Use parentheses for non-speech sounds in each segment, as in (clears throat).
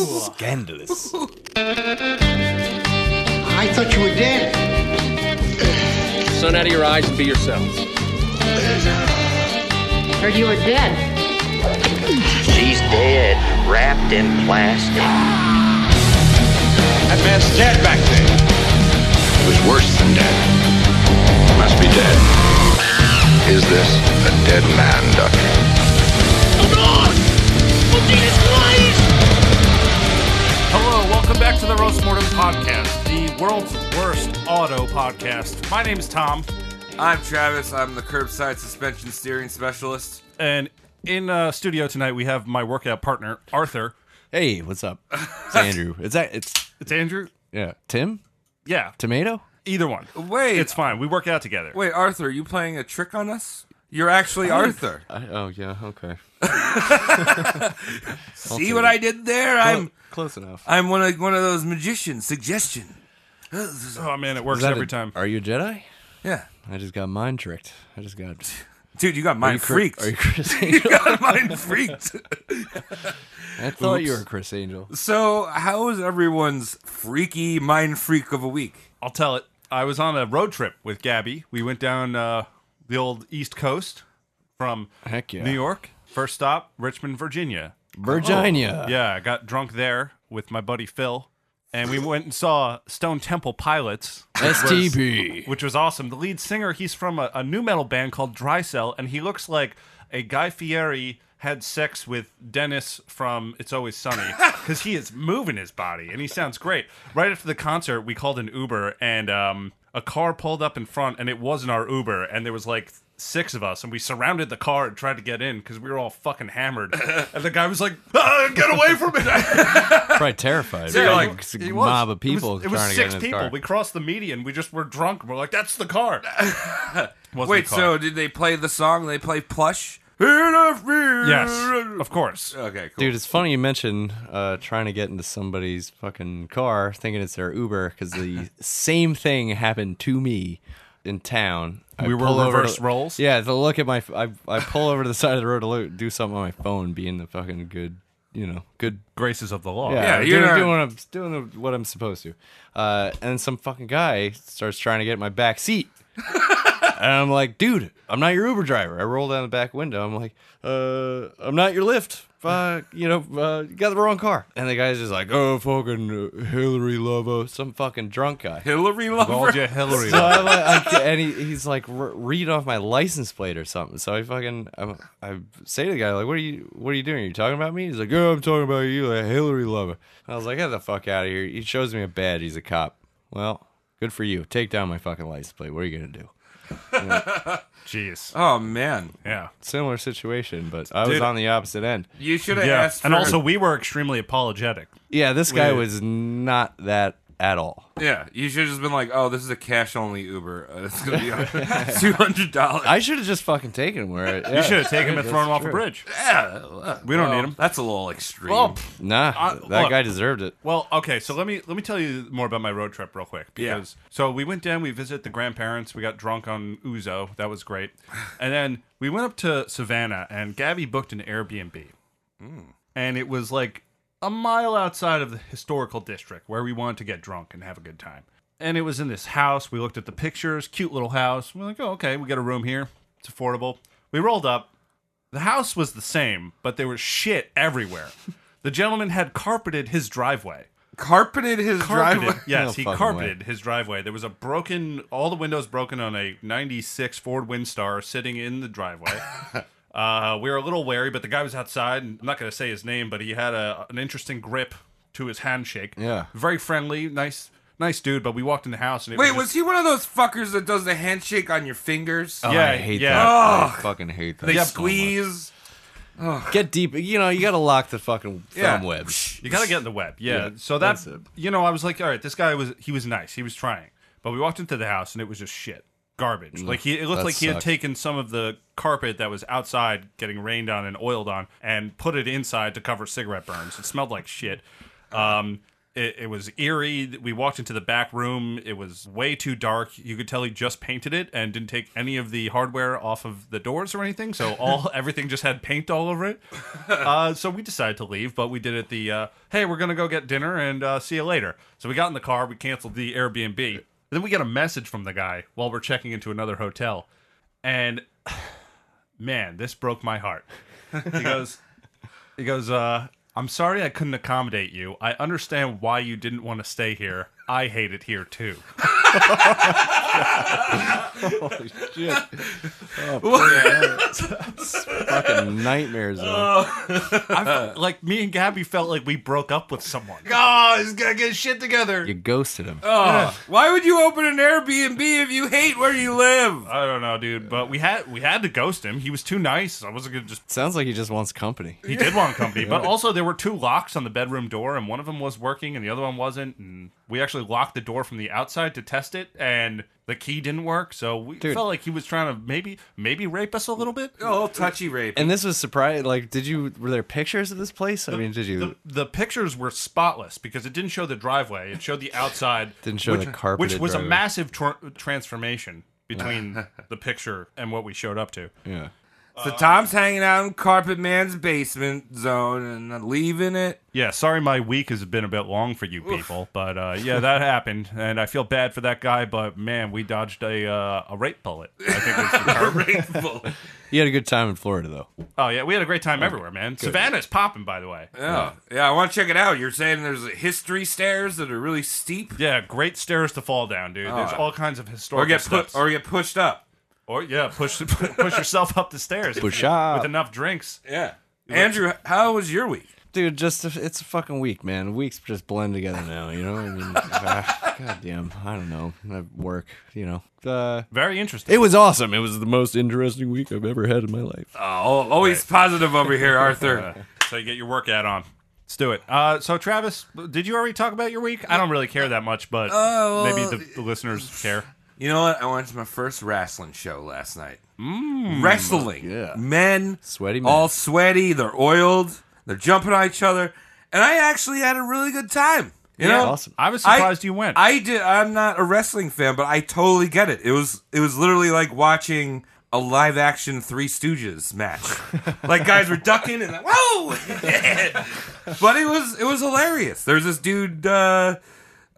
Scandalous. I thought you were dead. Sun out of your eyes and be yourselves. Heard you were dead. She's dead, wrapped in plastic. That man's dead back there. It was worse than dead. Must be dead. Is this a dead man, Doctor? Hello, welcome back to the Roast Mortem Podcast, the world's worst auto podcast. My name is Tom, I'm Travis. I'm the curbside suspension steering specialist. and in uh, studio tonight we have my workout partner, Arthur. (laughs) Hey, what's up? It's Andrew. It's that. It's It's Andrew. yeah. Tim. Yeah, Tomato. either one. Wait, It's fine. We work out together. wait, Arthur, you playing a trick on us? You're actually Arthur. I, oh yeah. (laughs) Okay. See what I did there? I'm close enough. I'm one of one of those magicians. Suggestion. Oh man, it works Is that every a- time. Are you a Jedi? Yeah, I just got mind tricked. I just got. dude, you got Are mine you Chris- freaked. Are you Chris (laughs) you (laughs) Angel? got mine freaked. I thought you were Chris Angel. Oh. So, how is everyone's freaky mind freak of a week? I'll tell it. I was on a road trip with Gabby. We went down uh, the old East Coast from Heck yeah. New York. First stop, Richmond, Virginia. Virginia. Yeah, I got drunk there with my buddy Phil, and we went and saw Stone Temple Pilots. STP. which was awesome. The lead singer, he's from a, a new metal band called Dry Cell, and he looks like a Guy Fieri had sex with Dennis from It's Always Sunny because he is moving his body and he sounds great. Right after the concert, we called an Uber and um, a car pulled up in front, and it wasn't our Uber, and there was like six of us and we surrounded the car and tried to get in because we were all fucking hammered and the guy was like ah, get away from (laughs) it Probably terrified. Yeah, Like, like, it's It a was. mob of It was- people It was, trying to get six in his people. car. We crossed the median. We just were drunk. We're like, that's the car. Wasn't Wait, the car. so did they play the song? They play plush. Yes. yes, (laughs) of course. Okay, cool. Dude, it's funny you mentioned uh, trying to get into somebody's fucking car, thinking it's their Uber, because (laughs) the same thing happened to me in town. I We were pull over reverse to- roles? Yeah, to look at my, f- I, I pull over to the (laughs) side of the road to look, do something on my phone, being the fucking good, you know, good. Graces of the law. Yeah, you're doing, not- doing, what I'm, doing what I'm supposed to. Uh, and some fucking guy starts trying to get in my back seat. And I'm like, dude, I'm not your Uber driver. I roll down the back window. I'm like, uh, I'm not your Lyft. Uh, you know, uh, you got the wrong car. And the guy's just like, oh, fucking uh, Hillary Lovo, some fucking drunk guy. Hillary Called Lover. you (laughs) Hillary. So I'm like, I- and he, he's like, "Re- read off my license plate or something. So I fucking, i I say to the guy, like, what are you, what are you doing? Are you talking about me? He's like, oh, I'm talking about you, like Hillary Lover. And I was like, get the fuck out of here. He shows me a badge. He's a cop. Well, good for you. Take down my fucking license plate. What are you gonna do? Jeez. Oh man, Yeah. Similar situation, but I was Dude. on the opposite end. you should have Yeah. asked. And for- also, we were extremely apologetic. Yeah, this guy Weird. was not that at all. Yeah, you should have just been like, "Oh, this is a cash only Uber. Uh, it's gonna be (laughs) two hundred dollars." I should have just fucking taken him where it, You should have taken him and thrown him off a true. bridge. Yeah, uh, We don't need him. That's a little extreme. Well, Nah, I- that Uh, look. guy deserved it. Well, okay, so let me let me tell you more about my road trip real quick Yeah. because so we went down, we visited the grandparents, we got drunk on ouzo, that was great, and then we went up to Savannah and Gabby booked an Airbnb, and it was like a mile outside of the historical district where we wanted to get drunk and have a good time, and it was in this house. We looked at the pictures, cute little house. We're like, oh, okay, we got a room here, it's affordable. We rolled up, the house was the same, but there was shit everywhere. The gentleman had carpeted his driveway. carpeted his Carpeted, (laughs) driveway. yes, No he fucking carpeted his driveway. There was a broken, all the windows broken on a '96 Ford Windstar sitting in (laughs) the driveway. uh, we were a little wary, but the guy was outside. And I'm not going to say his name, but he had a, an interesting grip to his handshake. Yeah. very friendly, nice, nice dude. But we walked in the house and it Wait, was, was just- he one of those fuckers that does the handshake on your fingers? Oh, Yeah, I hate yeah. that. I fucking hate that. they so much. squeeze. Get deep. You know, you got to lock the fucking thumb Yeah. web. You gotta get in the web. Yeah. Yeah, so that that's it. you know, I was like, all right, this guy was he was nice. He was trying. But we walked into the house and it was just shit. Garbage. Like he it Mm, looked that like he had sucks. taken some of the carpet that was outside getting rained on and oiled on and put it inside to cover cigarette burns. It smelled like shit. Um It, it was eerie. We walked into the back room. It was way too dark. You could tell he just painted it and didn't take any of the hardware off of the doors or anything. So (laughs) all everything just had paint all over it. Uh, so we decided to leave, but we did it the uh, hey, we're gonna go get dinner and uh, see you later. So we got in the car. We canceled the Airbnb. then we get a message from the guy while we're checking into another hotel, and (sighs) man, this broke my heart. He goes, (laughs) he goes, uh, I'm sorry I couldn't accommodate you. I understand why you didn't want to stay here. I hate it here too. Holy shit. Oh, it's (laughs) fucking nightmares. man. I felt- like me and Gabby felt like we broke up with someone. Oh, he's gonna get his shit together. You ghosted him. Oh, why would you open an Airbnb if you hate where you live? I don't know, dude, but we had we had to ghost him. He was too nice. I wasn't gonna just. Sounds like he just wants company. He did want company, but also there were two locks on the bedroom door, and one of them was working, and the other one wasn't. And we actually locked the door from the outside to test it, and the key didn't work. So we Dude. Oh. felt like he was trying to maybe maybe rape us a little bit. A little touchy rape. And this was surprising. Like, did you were there pictures of this place? I mean, did you? the, the pictures were spotless because it didn't show the driveway. It showed the outside. (laughs) Didn't show which, the carpeted Which was driveway. a massive tra- transformation between (laughs) the picture and what we showed up to. yeah. so Tom's hanging out in Carpet Man's basement zone and not leaving (laughs) it. Yeah, sorry my week has been a bit long for you people, but uh, yeah, that happened, and I feel bad for that guy. But man, we dodged a uh, a rape bullet. I think (laughs) was the term. Grateful. (laughs) You had a good time in Florida though. oh yeah, we had a great time everywhere, man. Savannah's popping, by the way. yeah, yeah. I want to check it out. You're saying there's history stairs that are really steep, Yeah, great stairs to fall down, dude. There's all kinds of historical or get steps. put, or get pushed up. Or, yeah, push (laughs) push yourself up the stairs. Push with up. enough drinks. Yeah. Andrew, how was your week? Dude, just it's a fucking week, man. Weeks just blend together now, you know. I mean, (laughs) God damn, I don't know. I work, you know. Uh, Very interesting. it was awesome. It was the most interesting week I've ever had in my life. Oh, always positive over (laughs) here, Arthur. Uh, So you get your workout on. Let's do it. Uh, so Travis, did you already talk about your week? I don't really care that much, but maybe the, the listeners care. You know what? I went to my first wrestling show last night. wrestling. yeah. Men. Sweaty men. All Mmm. sweaty. They're oiled. They're jumping on each other. And I actually had a really good time. You know? awesome. I was surprised you went. (laughs) I did. I'm not a wrestling fan, but I totally get it. It was it was literally like watching a live action Three Stooges match. like guys were ducking and like whoa, (laughs) but it was it was hilarious. There's this dude uh,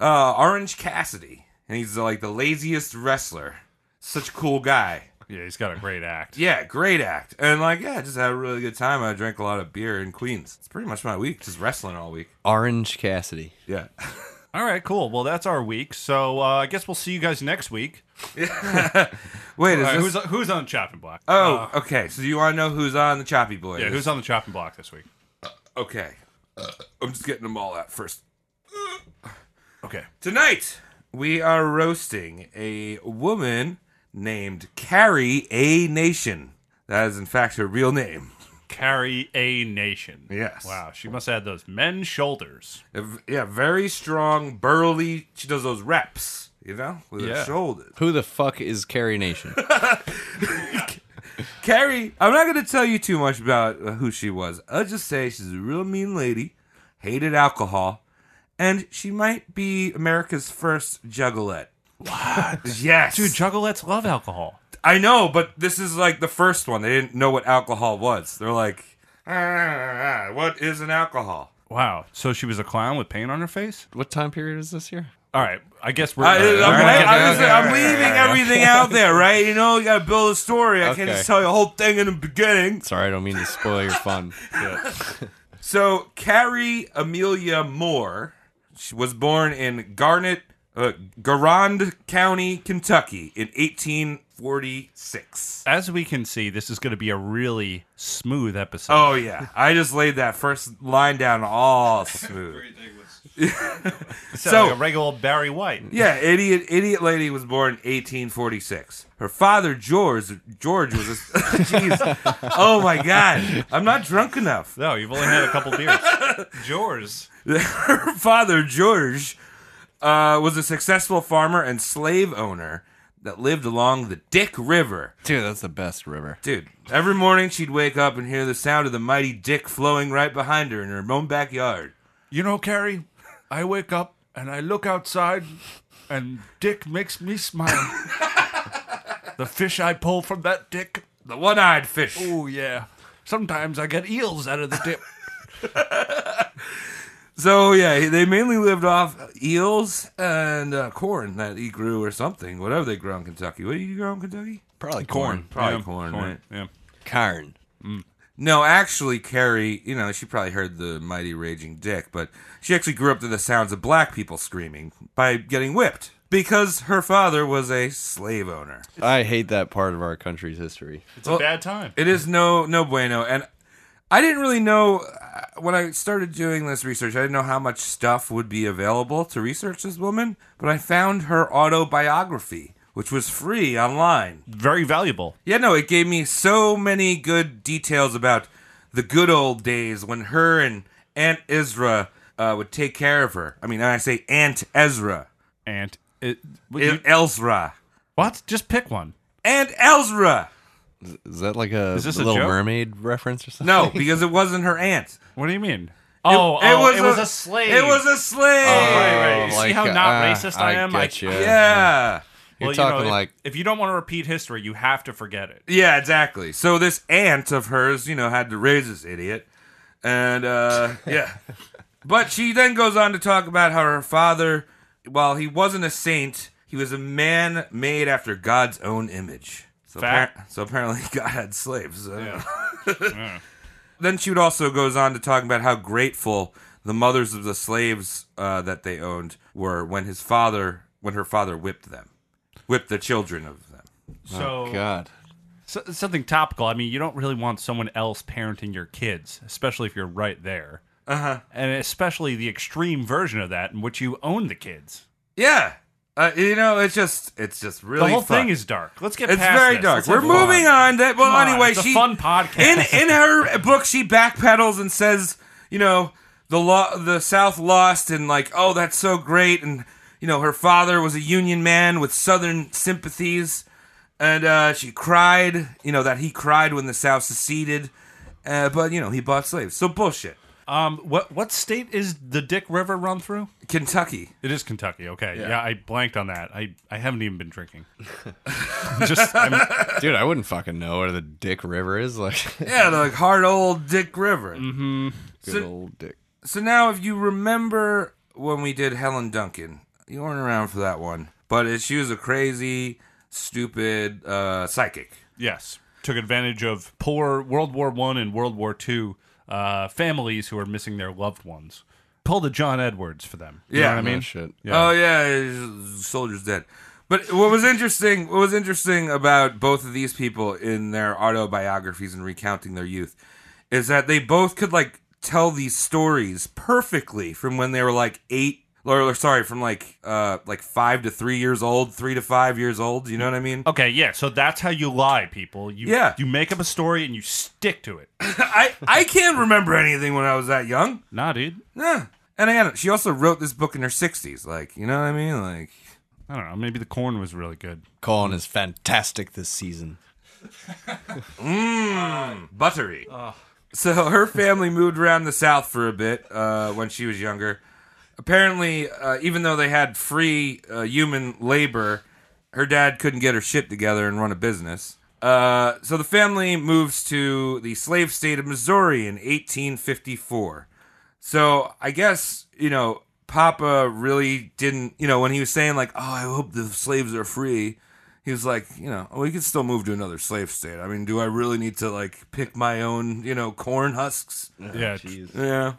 uh, Orange Cassidy, and he's uh, like the laziest wrestler. Such a cool guy. yeah, he's got a great act. Yeah, great act. And like yeah, just had a really good time. I drank a lot of beer in Queens. It's pretty much my week, just wrestling all week. Orange Cassidy. Yeah. (laughs) All right, cool. Well, that's our week. So uh, I guess we'll see you guys next week. Wait, is All right, who's this- who's on the chopping block? Uh, Oh, okay. So you want to know who's on the choppy boy? yeah, who's on the chopping block this week? Okay. I'm just getting them all out first. Okay. Tonight, we are roasting a woman named Carrie A. Nation. That is, in fact, her real name. Carrie A Nation. Yes. Wow, she must have had those men's shoulders. A v- Yeah, very strong, burly. She does those reps, you know, with Yeah. her shoulders. Who the fuck is Carrie (laughs) Nation? Carrie, I'm not going to tell you too much about uh, who she was. I'll just say she's a real mean lady, hated alcohol, and she might be America's first juggalette. What? (laughs) yes. Dude, juggalettes love alcohol. I know, but this is like the first one. They didn't know what alcohol was. They're like, "Ah, what is an alcohol? Wow. So she was a clown with paint on her face? what time period is this year? All right. I guess we're. I, am we're gonna get- leaving everything out there, right? You know, you gotta build a story. I can't Okay. just tell you the whole thing in the beginning. Sorry, I don't mean to spoil your (laughs) fun. So, Carrie Amelia Moore she was born in Garnet, uh, Garand County, Kentucky in 1846. as we can see, this is going to be a really smooth episode. Oh, yeah. I just laid that first line down all smooth. (laughs) so so- a regular old Barry White. Yeah, idiot, idiot lady was born 1846. Her father George, George was a (laughs) jeez. (laughs) Oh my god, I'm not drunk enough. No, you've only had a couple (laughs) beers. Yours. Her father George uh, was a successful farmer and slave owner that lived along the Dick River. Dude, that's the best river. Dude, every morning she'd wake up and hear the sound of the mighty Dick flowing right behind her in her own backyard. You know, Carrie, I wake up and I look outside, and dick makes me (laughs) smile. the fish I pull from that dick. The one-eyed fish. Oh yeah. Sometimes I get eels out of the dip. So yeah, they mainly lived off eels and uh, corn that he grew or something, whatever they grow in Kentucky. What do you grow in Kentucky? Probably corn. (laughs) Probably corn, right? Yeah. Carn. No, actually, Carrie, you know, she probably heard the mighty raging dick, but she actually grew up to the sounds of black people screaming by getting whipped because her father was a slave owner. I hate that part of our country's history. It's a bad time. It is no no bueno, and I didn't really know uh, when I started doing this research. I didn't know how much stuff would be available to research this woman, but I found her autobiography, which was free online. Very valuable. Yeah, no, it gave me so many good details about the good old days when her and Aunt Ezra uh, would take care of her. I mean, I say Aunt Ezra, And it, what, Aunt Elzra, what? Just pick one. Aunt Elzra. Is that like a, Is this a Little joke? Mermaid reference or something? (laughs) No, because it wasn't her aunt. What do you mean? Oh, it, oh, was, a, slave. It was a slave. right. Oh, You see how not racist I am? I- ah, Get you. Yeah. You're Well, you know, talking if- like if you don't want to repeat history, you have to forget it. Yeah, exactly. So this aunt of hers, you know, had to raise this idiot. And uh yeah. But she then goes on to talk about how her father, while he wasn't a saint, he was a man made after God's own image. So, Fact. appar- so apparently (laughs) God had slaves. so- (laughs) then she would also goes on to talk about how grateful the mothers of the slaves uh, that they owned were when his father, when her father whipped them, whipped the children of them. So God. So, something topical. I mean, you don't really want someone else parenting your kids, especially if you're right there. Uh Uh-huh. huh. And especially the extreme version of that in which you own the kids. Yeah. Uh, you know, it's just it's just The really whole fun. thing is dark. Let's get it's past very this. dark. Let's We're have fun. moving on. That well, Come on, anyway, it's a she fun podcast. in in her book she backpedals and says, you know, the law the South lost and like, oh, that's so great and you know, her father was a Union man with Southern sympathies and uh, she cried, you know, that he cried when the South seceded. Uh, but you know, he bought slaves. So bullshit. um, what what state is the Dick River run through? Kentucky. It is Kentucky. Okay, yeah, I blanked on that. I, I haven't even been (laughs) drinking. Just I'm, Dude, I wouldn't fucking know where the Dick River is. Like, (laughs) Yeah, the like, hard old Dick River. good old Dick. So now, if you remember when we did Helen Duncan, you weren't around for that one, but it, she was a crazy, stupid uh, psychic. yes, took advantage of poor World War One and World War Two uh, families who are missing their loved ones. Pulled a John Edwards for them. You know Yeah. what I mean, Oh, shit. Oh yeah, soldier's dead. But what was interesting, what was interesting about both of these people in their autobiographies and recounting their youth, is that they both could like tell these stories perfectly from when they were like eight, or, or sorry, from like uh like five to three years old, three to five years old. You know what I mean? Okay, yeah. So that's how you lie, people. You, Yeah. You make up a story and you stick to it. I, I can't remember anything when I was that young. (clears throat) nah, dude. Yeah. And again, she also wrote this book in her 60s. Like, you know what I mean? Like, I don't know. Maybe the corn was really good. Colin is fantastic this season. buttery. (laughs) So her family moved around the South for a bit uh, when she was younger. Apparently, uh, even though they had free uh, human labor, her dad couldn't get her shit together and run a business. Uh, so the family moves to the slave state of Missouri in 1854. So I guess, you know, Papa really didn't, you know, when he was saying, like, oh, I hope the slaves are free, he was like, you know, we could still move to another slave state. I mean, do I really need to, like, pick my own, you know, corn husks? yeah. Yeah.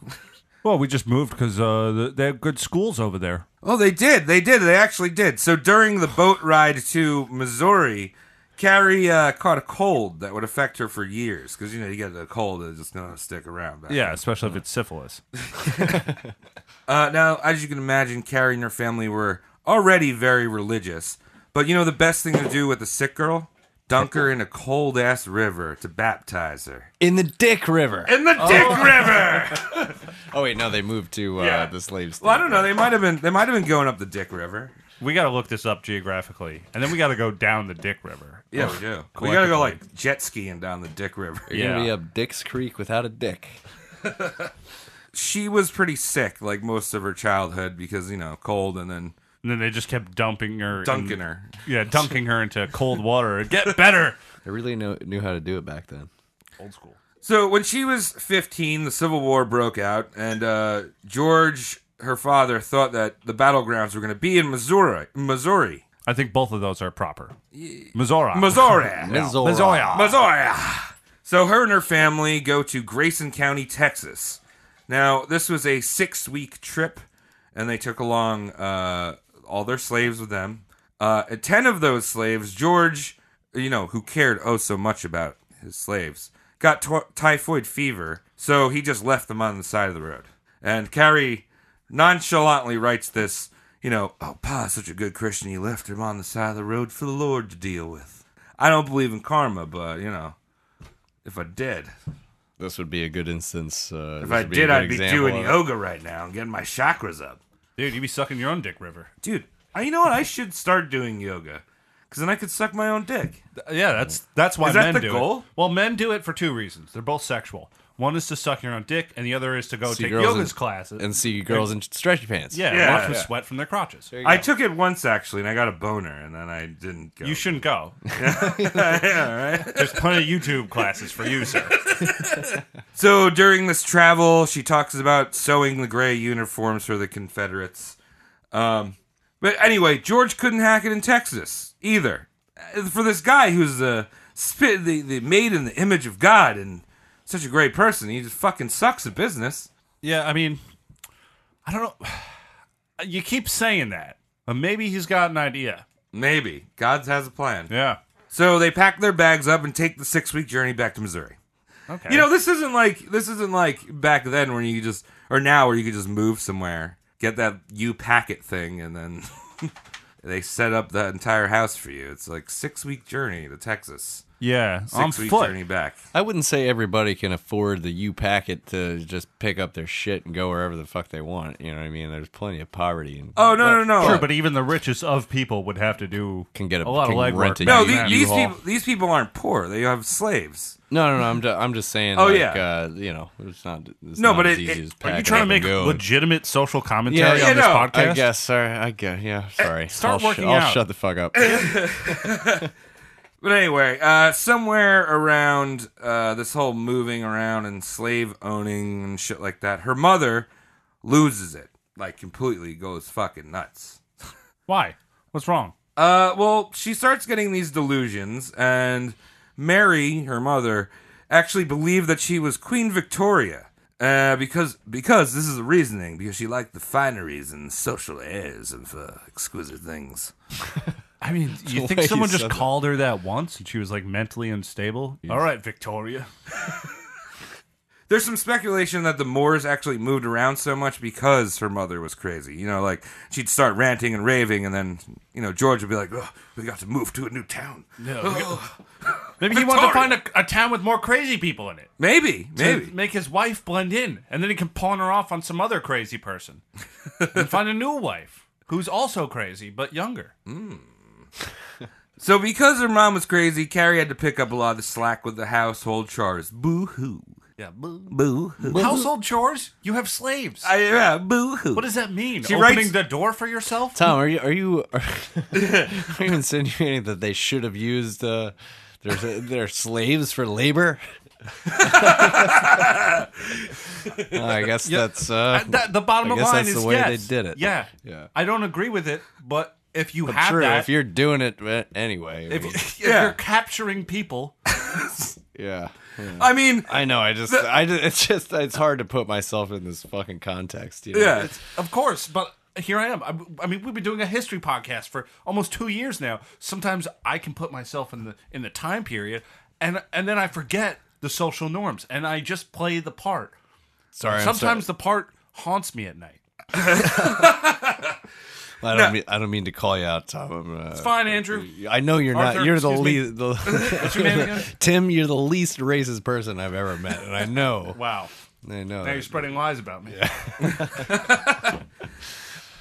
Well, we just moved because uh, the, they have good schools over there. Oh, they did. They did. They actually did. So during the boat ride to Missouri, Carrie uh, caught a cold that would affect her for years because, you know, you get a cold, it's just going to stick around. back Yeah, especially if it's syphilis. Uh, now, as you can imagine, Carrie and her family were already very religious. But you know the best thing to do with a sick girl? Dunk her in a cold ass river to baptize her. In the Dick River. In the Dick River. Oh wait, no, they moved to uh, Yeah. the slaves. (laughs) Well, I don't know. They might have been. They might have been going up the Dick River. (laughs) We got to look this up geographically, and then we got to go down the Dick River. Yeah, we do. We gotta go like jet skiing down the Dick River. You're gonna Yeah. be up Dick's Creek without a dick. she was pretty sick like most of her childhood because you know cold and then And then they just kept dumping her, in- dunking her. Yeah, dunking her into cold water. Get better. I really know, knew how to do it back then. (laughs) Old school. So when she was 15, the Civil War broke out, and uh, George, her father, thought that the battlegrounds were going to be in Missouri. Missouri. I think both of those are proper. Missouri. Missouri. Missouri. Missouri. So her and her family go to Grayson County, Texas. Now, this was a six week trip, and they took along uh, all their slaves with them. Uh, and ten of those slaves, George, you know, who cared oh so much about his slaves, got tw- typhoid fever, so he just left them on the side of the road. And Carrie nonchalantly writes this, you know, oh, Pa's such a good Christian, he left him on the side of the road for the Lord to deal with. I don't believe in karma, but you know, if I did, This would be a good instance. Uh, if I did, I'd be doing yoga right now and getting my chakras up, Dude, you be sucking your own dick river. dude. I, you know what? I should start doing yoga because then I could suck my own dick. Yeah, that's that's why Is that men the do goal? it. Well, men do it for two reasons. They're both sexual. One is to suck your own dick, and the other is to go See take girls yoga's in- classes. and see girls in stretchy pants. yeah, Yeah. watch them Yeah. sweat from their crotches. I took it once actually, and I got a boner, and then I didn't go. You (laughs) shouldn't go. yeah, (laughs) right. There's plenty of YouTube classes for you, sir. So during this travel, she talks about sewing the gray uniforms for the Confederates. Um, but anyway, George couldn't hack it in Texas either. Uh, For this guy who's the spit, the, the made in the image of God and such a great person, he just fucking sucks at business. Yeah, I mean, I don't know. You keep saying that, but maybe he's got an idea. Maybe God has a plan. Yeah. So they pack their bags up and take the six week journey back to Missouri. Okay. You know, this isn't like this isn't like back then when you could just or now where you could just move somewhere, get that U packet thing, and then (laughs) they set up the entire house for you. It's like six week journey to Texas, yeah. on six week foot. journey back. I wouldn't say everybody can afford the U packet to just pick up their shit and go wherever the fuck they want. You know what I mean? There's plenty of poverty. And Oh no no no! Sure, but even the richest of people would have to do Can get a- lot of can legwork. rent a no, you the- have these U-Haul. people these people aren't poor. They have slaves. no, no, no. I'm, ju- I'm just saying. Oh, like, yeah. Uh, you know, it's not. It's No, not but as it- easy it- as Are you packing trying up to and make go. legitimate social Yeah, commentary yeah, on this no, Eh, I podcast? I guess. Sorry, I guess. Yeah, sorry. start I'll working I'll out. shut the fuck (clears throat) up. But anyway, uh, somewhere around uh, this whole moving around and slave owning and shit like that, her mother loses it. Like, completely goes fucking nuts. Why? What's wrong? Uh, well, she starts getting these delusions, and Mary, her mother, actually believed that she was Queen Victoria. Uh, because because this is the reasoning because she liked the fineries and social airs of uh, exquisite things. I (laughs) mean, you the think way someone you just said that. called her that once and she was like mentally unstable? All right, (gasps) Victoria. There's some speculation that the Moors actually moved around so much because her mother was crazy. You know, like she'd start ranting and raving, and then you know George would be like, "Oh, we got to move to a new town." (laughs) Maybe (laughs) he wanted to find Victoria. a, a town with more crazy people in it. Maybe, to maybe. make his wife blend in, and then he can pawn her off on some other crazy (laughs) person and find a new wife who's also crazy but younger. So because her mom was crazy, Carrie had to pick up a lot of the slack with the household chores. Boo hoo, Yeah. boo. boo hoo. Household chores? You have slaves. I- Yeah, boo hoo. what does that mean? She Opening writes- the door for yourself? Tom, are you are you (laughs) are, are you insinuating that they should have used uh, their their slaves for labor? I guess that's uh, That- the bottom I guess line that's is the way yes. they did it. Yeah. Yeah. I don't agree with it, but if you But have true. that, If you're doing it uh, anyway, I if, mean, (laughs) (laughs) if Yeah. you're capturing people, yeah. (laughs) I mean, I know. I just, I just, it's just, it's hard to put myself in this fucking context. You know? yeah. of course, but here I am. I, I mean, we've been doing a history podcast for almost two years now. Sometimes I can put myself in the in the time period, and and then I forget the social norms, and I just play the part. Sorry. I'm Sometimes the part haunts me at night. sorry. I don't, mean, I don't mean to call you out, Tom. I'm, uh, It's fine, Andrew. (laughs) I know you're Arthur, not. You're the excuse least. The, (laughs) your name again? (laughs) Tim, you're the least racist person I've ever met, and I know. Wow. I know. Now you're spreading lies about me. All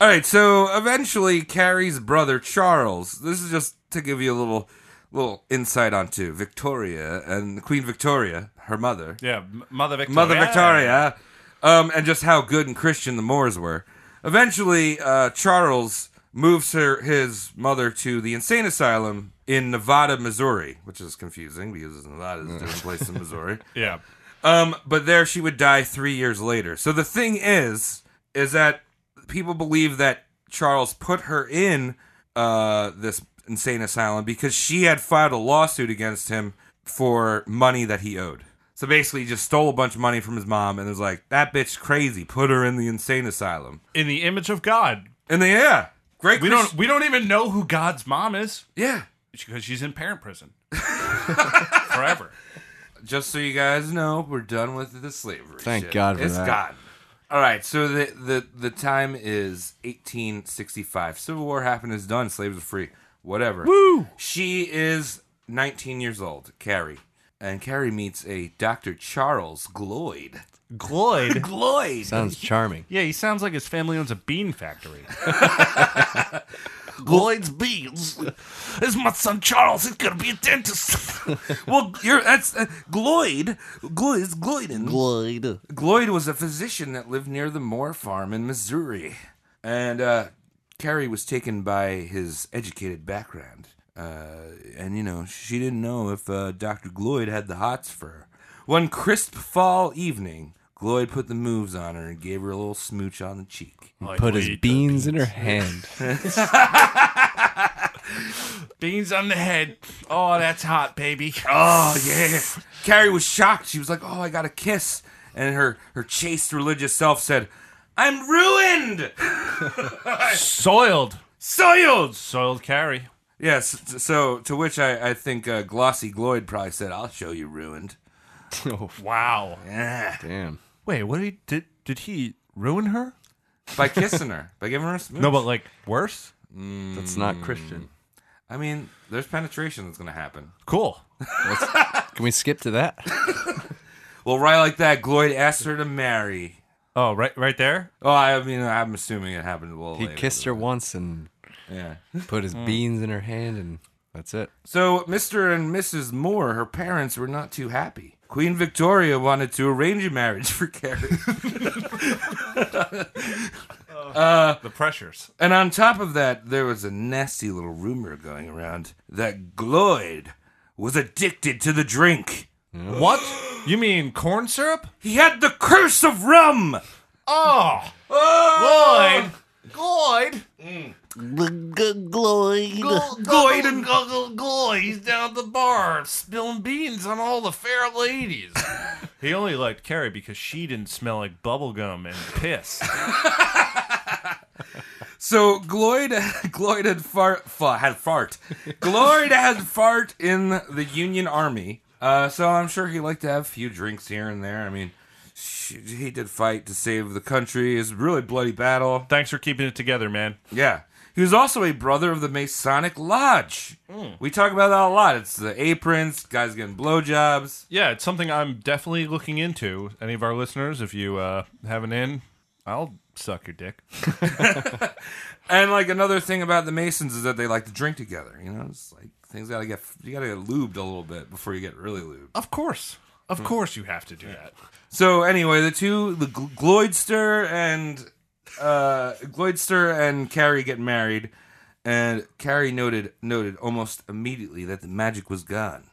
right, so eventually Carrie's brother Charles. This is just to give you a little little insight onto Victoria and Queen Victoria, her mother, Yeah, M- Mother Victoria. Mother Victoria. um, and just how good and Christian the Moors were. Eventually, uh, Charles moves her his mother to the insane asylum in Nevada, Missouri, which is confusing because Nevada is a different place than Missouri. Yeah. Um, but there she would die three years later. So the thing is, is that people believe that Charles put her in uh, this insane asylum because she had filed a lawsuit against him for money that he owed. So basically, he just stole a bunch of money from his mom and was like, "That bitch crazy. Put her in the insane asylum." In the image of God. And then yeah, great. We don't Christ- we don't even know who God's mom is Yeah. because she's in parent (laughs) prison. Forever. Just so you guys know, we're done with the slavery. Thank shit. God for it's that. gone. All right, so the, the the time is 1865. Civil War happened. Is done. Slaves are free. Whatever. Woo! She is 19 years old. Carrie. And Carrie meets a Dr. Charles Gloyd. Gloyd. Gloyd. Sounds (laughs) charming. Yeah, he sounds like his family owns a bean (laughs) factory. Lloyd's Beans. This is my son Charles. He's gonna be (laughs) a dentist. well, you're that's uh, Gloyd. Gloyd is Gloyden. Gloyd. Gloyd was a physician that lived near the Moore farm in Missouri, and uh, Carrie was taken by his educated background. Uh, and you know, she didn't know if uh, Doctor Gloyd had the hots for her. One crisp fall evening, Gloyd put the moves on her and gave her a little smooch on the cheek. Put his beans in her hand. Beans on the head. Oh, that's hot, baby. (laughs) Oh yeah. Carrie was shocked. She was like, "Oh, I got a kiss," and her her chaste religious self said, "I'm ruined." Soiled. Soiled. Soiled carry. Yes. So to which I, I think uh, Glossy Gloyd probably said, "I'll show you ruined." (laughs) oh, Wow. damn. Wait, what did he did did he ruin her? By kissing her, by giving her a smooch. No, but like worse? That's not Christian. I mean, there's penetration that's gonna happen. Cool. Can we skip to that? Well, right like that, Gloyd asked her to marry. Oh, right right there? Oh, I mean, I'm assuming it happened a little He later. kissed her once and Yeah. put Mm. his beans in her hand, and that's it. So, Mr. and Mrs. Moore, her parents were not too happy. Queen Victoria wanted to arrange a marriage for Carrie. (laughs) The pressures. And on top of that, there was a nasty little rumor going around that Gloyd was addicted to the drink. What? You mean corn syrup? He had the curse of rum. Oh, Oh, Gloyd. Gloyd. Gloyd and Goggle Gloyd. He's down at the bar spilling beans on all the fair ladies. he only liked Carrie because she didn't smell like bubblegum and piss. So Gloyd, (laughs) Gloyd had fart, fa- had fart. Gloyd had fart in the Union Army. Uh, so I'm sure he liked to have a few drinks here and there. I mean, sh he did fight to save the country. It's a really bloody battle. Thanks for keeping it together, man. Yeah. He was also a brother of the Masonic Lodge. We talk about that a lot. It's the aprons, guys getting blowjobs. (laughs) Yeah, it's something I'm definitely looking into. Any of our listeners, if you uh, have an in, I'll suck your dick. And like another thing about the Masons is that they like to drink together. You know, it's like things gotta get you gotta get lubed a little bit before you get really lubed. Of course. Hmm. Of course you have to do that. So anyway, the two, the Gl- Gloidster and uh, Gloidster and Carrie get married, and Carrie noted noted almost immediately that the magic was gone.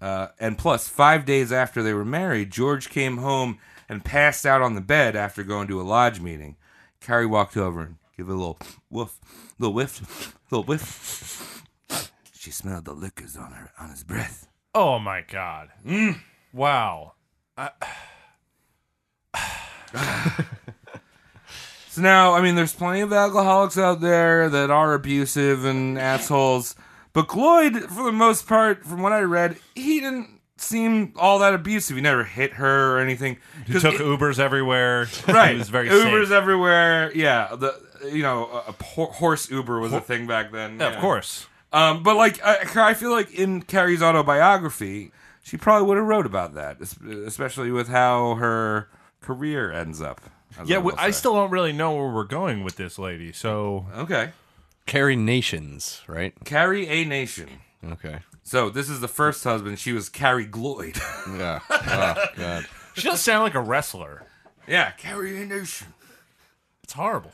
Uh, and plus, five days after they were married, George came home and passed out on the bed after going to a lodge meeting. Carrie walked over and gave it a little woof, little whiff, little whiff. She smelled the liquors on her on his breath. Oh my god. Mm. Wow. So now, I mean, there's plenty of alcoholics out there that are abusive and assholes, but Gloyd, for the most part, from what I read, he didn't seem all that abusive. He never hit her or anything. He took Ubers everywhere. (laughs) right, He was very Ubers safe. everywhere. Yeah, the you know a, a por- horse Uber was a thing back then. Yeah, of course. Um, but like, I, I feel like in Carrie's autobiography, she probably would have wrote about that, es- especially with how her career ends up. as Yeah, will we, I say. still don't really know where we're going with this lady. So okay. Carry nations, right? Carrie a nation. Okay. So this is the first husband. She was Carrie Gloyd. (laughs) Yeah. Oh, God. she does sound like a wrestler. Yeah, carry a nation. It's horrible.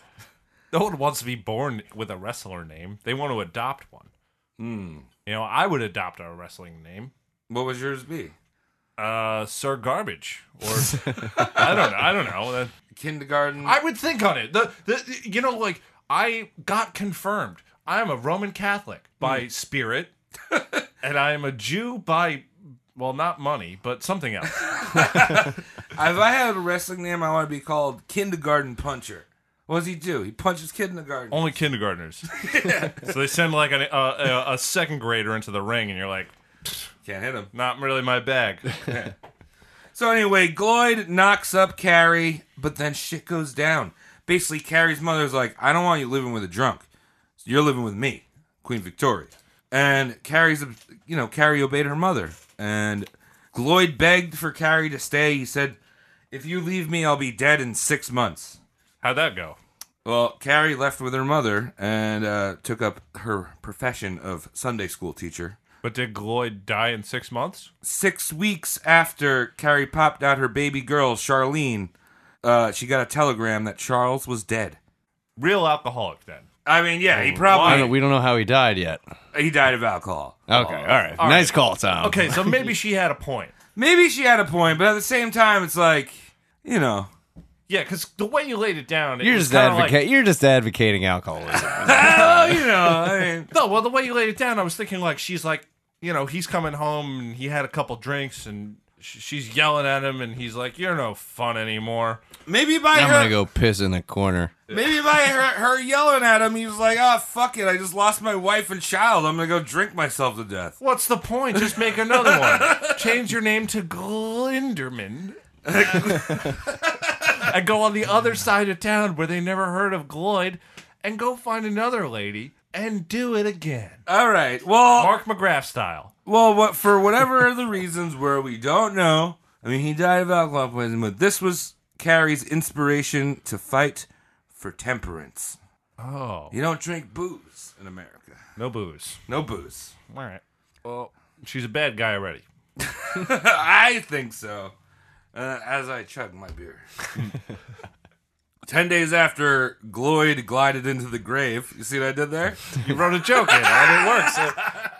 No one wants to be born with a wrestler name. They want to adopt one. Hmm. You know, I would adopt a wrestling name. What would yours be? Uh, Sir Garbage, or (laughs) I don't know. I don't know. That- Kindergarten. I would think on it. The, the you know like I got confirmed. I am a Roman Catholic by spirit, (laughs) and I am a Jew by well not money but something else. If I had a wrestling name, I want to be called Kindergarten Puncher. What does he do? He punches kindergarten. Only kindergartners. so they send like an, uh, a a second grader into the ring, and you're like, Can't hit him. not really my bag. So anyway, Gloyd knocks up Carrie, but then shit goes down. Basically, Carrie's mother's like, "I don't want you living with a drunk. You're living with me, Queen Victoria." And Carrie's, you know, Carrie obeyed her mother, and Gloyd begged for Carrie to stay. He said, "If you leave me, I'll be dead in six months." How'd that go? Well, Carrie left with her mother and uh, took up her profession of Sunday school teacher. But did Gloyd die in six months? six weeks after Carrie popped out her baby girl, Charlene, uh, she got a telegram that Charles was dead. Oh. Real alcoholic then. I mean, yeah, he I don't know, probably we don't know how he died yet. Okay, he died of alcohol. all right. nice call, Tom. Okay, so maybe she had a point. Maybe she had a point, but at the same time, it's like, you know, Yeah, because the way you laid it down, it You're was just kinda advocate. Like, you're just advocating (laughs) alcoholism. well, you know, (laughs) I mean, no, well, the way you laid it down, I was thinking like she's like, you know, he's coming home and he had a couple drinks and sh- she's yelling at him and he's like, "You're no fun anymore." maybe by I'm her, gonna go piss in the corner. maybe by her, her yelling at him, he was like, "Oh fuck it, I just lost my wife and child. I'm gonna go drink myself to death." What's the point? Just make another one. (laughs) Change your name to Glinderman. (laughs) and go on the other side of town where they never heard of Gloyd and go find another lady and do it again. All right, well, Mark McGrath style. Well, what for whatever the reasons were, we don't know. I mean, he died of alcohol poisoning, but this was Carrie's inspiration to fight for temperance. Oh. You don't drink booze in America. No booze. No booze. All right. Well, she's a bad guy already. (laughs) I think so. Uh, as I chug (laughs) my beer. Ten days after Gloyd glided into the grave, you see what I did there? You wrote a joke in, and it works.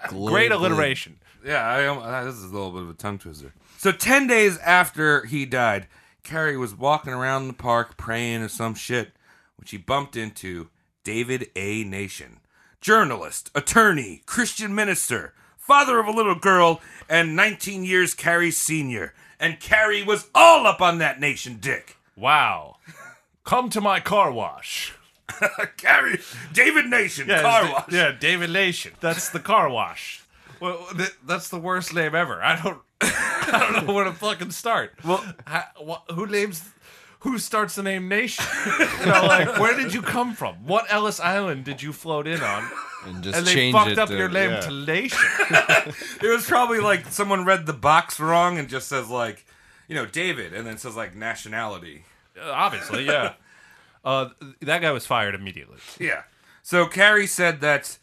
Great alliteration. Yeah, I, am- uh, this is a little bit of a tongue twister. So ten days after he died, Carrie was walking around the park praying or some shit when she bumped into David A. Nation, journalist, attorney, Christian minister, father of a little girl, and 19 years Carrie's senior. And Carrie was all up on that nation dick. (laughs) Wow. Come to my car wash. Carrie, David Nation, car wash. yeah, David Nation. That's the car wash. Well, th- that's the worst name ever. I don't, (laughs) I don't know where to fucking start. Well, who names, who starts the name (laughs) Nation? you know, like where did you come from? What Ellis Island did you float in on? And just And they change fucked it up to- your name yeah. to (laughs) Nation. It was probably like someone read the box wrong and just says like, you know, David, and then says like nationality. Obviously, yeah. Uh, that guy was fired immediately. Yeah. So Carrie said that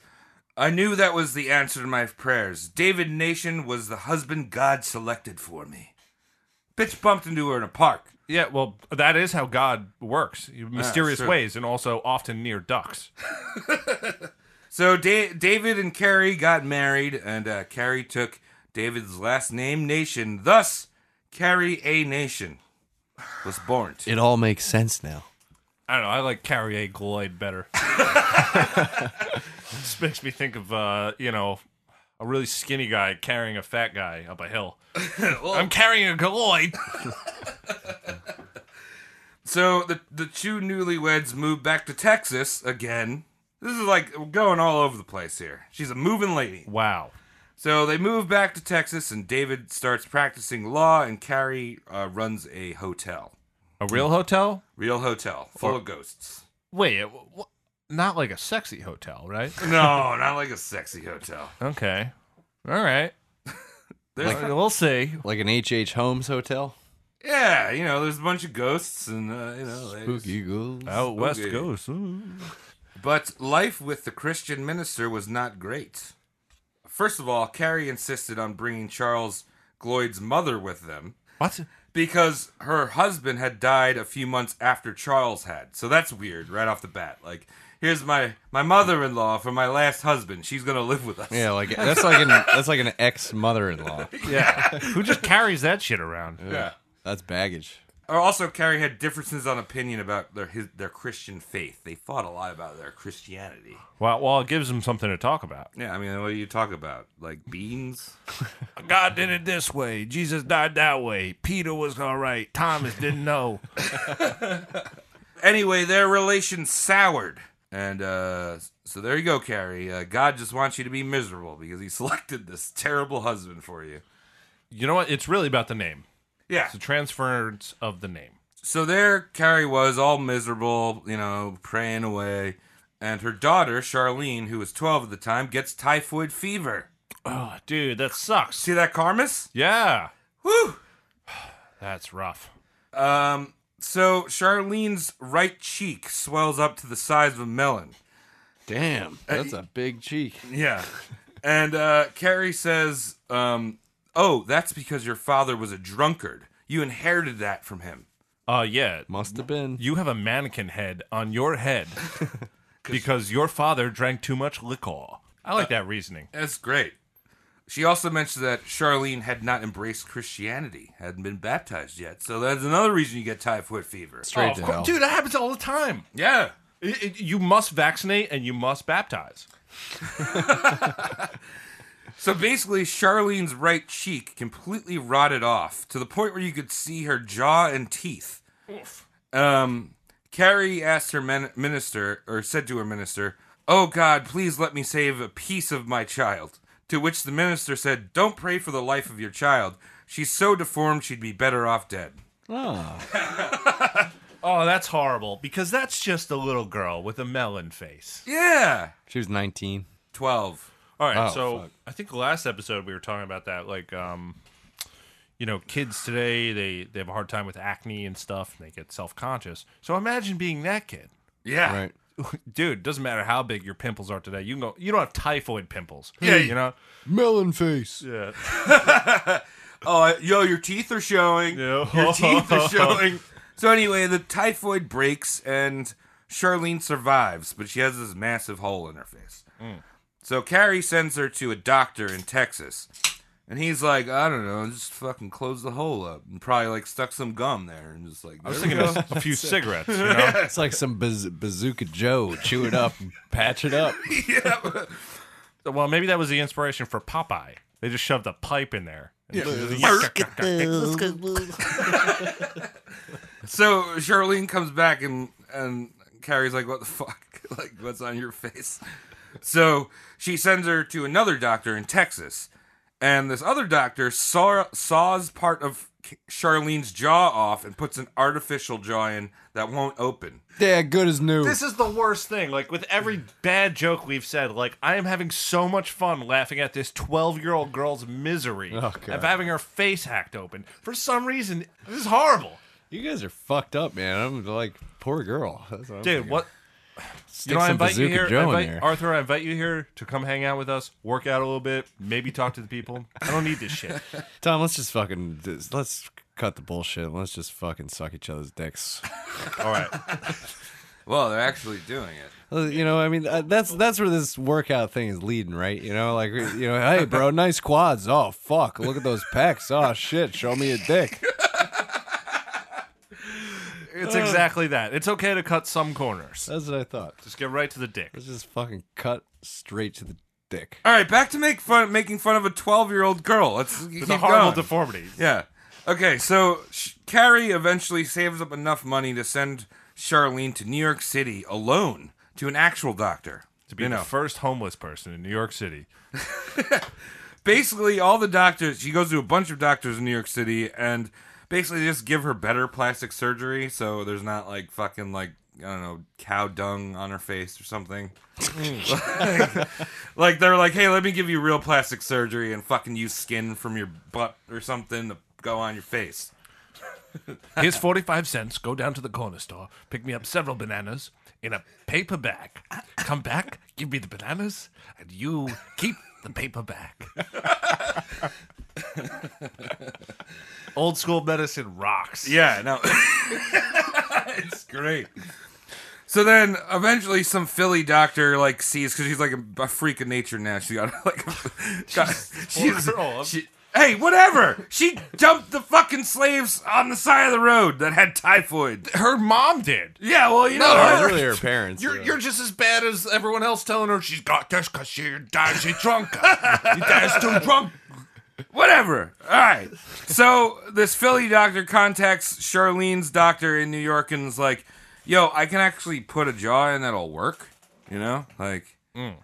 I knew that was the answer to my prayers. David Nation was the husband God selected for me. Bitch bumped into her in a park. Yeah, well, that is how God works, mysterious sure. ways, and also often near ducks. So da- David and Carrie got married, and uh, Carrie took David's last name, Nation. Thus, Carrie A. Nation was born. It all makes sense now. I don't know. I like Carrier Gloyd (laughs) better. this makes me think of uh, you know a really skinny guy carrying a fat guy up a (laughs) hill. I'm carrying a Gloyd. So the the two newlyweds moved back to Texas again. This is like we're going all over the place here. She's a moving lady. Wow. So they move back to Texas, and David starts practicing law, and Carrie uh, runs a hotel, A real hotel? real hotel, full of ghosts. Wait, it- wh- not like a sexy hotel, right? No, not like a sexy hotel. Okay. All right. There's, we'll see. Like an H.H. Holmes hotel. yeah, you know, there's a bunch of ghosts, and uh, you know, they just- Spooky ghouls. Out west Okay. goes. But life with the Christian minister was not great. First of all, Carrie insisted on bringing Charles Gloyd's mother with them. What? because her husband had died a few months after Charles had. So that's weird right off the bat. Like, here's my my mother-in-law from my last husband. She's going to live with us. Yeah, (laughs) like that's like an that's like an ex mother-in-law. Who just carries that shit around? Yeah. That's baggage. Or also, Carrie had differences on opinion about their his, their Christian faith. They fought a lot about their Christianity. Well, well, it gives them something to talk about. Yeah, I mean, what do you talk about? Like beans? God did it this way. Jesus died that way. Peter was all right. Thomas (laughs) didn't know. anyway, their relation soured. And uh, so there you go, Carrie. Uh, God just wants you to be miserable because he (laughs) selected this terrible husband for you. You know what? It's really about the name. Yeah. It's the transference of the name. So there, Carrie was all miserable, you know, praying away. And her daughter, Charlene, who was 12 at the time, gets typhoid fever. Oh, dude, that sucks. See that, Carmus? Yeah. Woo! That's rough. Um, so Charlene's right cheek swells up to the size of a melon. Uh, Damn, that's a big cheek. (laughs) Yeah. And uh, Carrie says, um, Oh, that's because your father was a drunkard. You inherited that from him. Uh, yeah. Must have been. You have a mannequin head on your (laughs) head because your father drank too much liquor. I like that reasoning. That's great. She also mentions that Charlene had not embraced Christianity, hadn't been baptized yet. So that's another reason you get typhoid fever. Straight Oh, Of to cour- hell. Dude, that happens all the time. Yeah. It- it- you must vaccinate and you must baptize. So basically, Charlene's right cheek completely rotted off to the point where you could see her jaw and teeth. Um, Carrie asked her min- minister, or said to her minister, Oh God, please let me save a piece of my child. To which the minister said, Don't pray for the life of your child. She's so deformed she'd be better off dead. Oh, that's horrible because that's just a little girl with a melon face. Yeah. She was 19. 12. All right, Oh, so fuck. I think last episode we were talking about that like um you know, kids today they they have a hard time with acne and stuff and they get self-conscious. So imagine being that kid. Yeah. Right. Dude, doesn't matter how big your pimples are today. You can go you don't have typhoid pimples. Yeah, you know. Melon face. Yeah. Oh, I- yo, your teeth are showing. Yeah. Your teeth (laughs) are showing. So anyway, the typhoid breaks and Charlene survives, but she has this massive hole in her face. So Carrie sends her to a doctor in Texas. And he's like, I don't know, just fucking close the hole up and probably like stuck some gum there and just like, I was (laughs) thinking of a few cigarettes, you know. It's like some baz- bazooka Joe. Chew it up, (laughs) and patch it up. Well, maybe that was the inspiration for Popeye. They just shoved a pipe in there. So Charlene comes back and and Carrie's like, "What the fuck? (laughs) like, what's on your face?" So she sends her to another doctor in Texas, and this other doctor saw, saws part of Charlene's jaw off and puts an artificial jaw in that won't open. Yeah, good as new. This is the worst thing. Like with every bad joke we've said, like I am having so much fun laughing at this twelve-year-old girl's misery God. of having her face hacked open. For some reason, this is horrible, you guys are fucked up, man. I'm like, poor girl. That's what I'm dude. thinking. What? Stick You know, I some invite you Bazooka here, I Joe in invite- there. Arthur. I invite you here to come hang out with us, work out a little bit, maybe talk to the people. I don't need this shit. Tom, let's just fucking just- let's cut the bullshit. Let's just fucking suck each other's dicks. All right. Well, they're actually doing it. Uh, You know, I mean, uh, that's that's where this workout thing is leading, right? You know, like you know, hey, bro, nice quads. Oh fuck, look at those pecs. Oh shit, show me a dick. (laughs) It's exactly that. It's okay to cut some corners. That's what I thought. Just get right to the dick. Let's just fucking cut straight to the dick. All right, back to make fun, making fun of a twelve-year-old girl. Let's keep It's a horrible going. deformity. Yeah. Okay, so Sh- Carrie eventually saves up enough money to send Charlene to New York City alone to an actual doctor. to be you the know, first homeless person in New York City. basically all the doctors. She goes to a bunch of doctors in New York City, and basically they just give her better plastic surgery, so there's not like fucking like I don't know cow dung on her face or something. (laughs) like, like they're like, hey, let me give you real plastic surgery and fucking use skin from your butt or something to go on your face. Here's 45 cents. Go down to the corner store, pick me up several bananas in a paper bag. Come back, give me the bananas, and you keep the paper bag. (laughs) Old school medicine rocks. Yeah, no. (laughs) it's great. So then eventually some Philly doctor like sees because she's like a, a freak of nature now. She got (laughs) like got, she's, girl. she- Hey, whatever. She dumped the fucking slaves on the side of the road that had typhoid. Her mom did. Yeah, well, you know, It's her- really her parents. You're, yeah. you're just as bad as everyone else telling her she's got this because she dies she (laughs) drunk. she dies too drunk. whatever. All right. So this Philly doctor contacts Charlene's doctor in New York and is like, "Yo, I can actually put a jaw in that'll work." You know, like.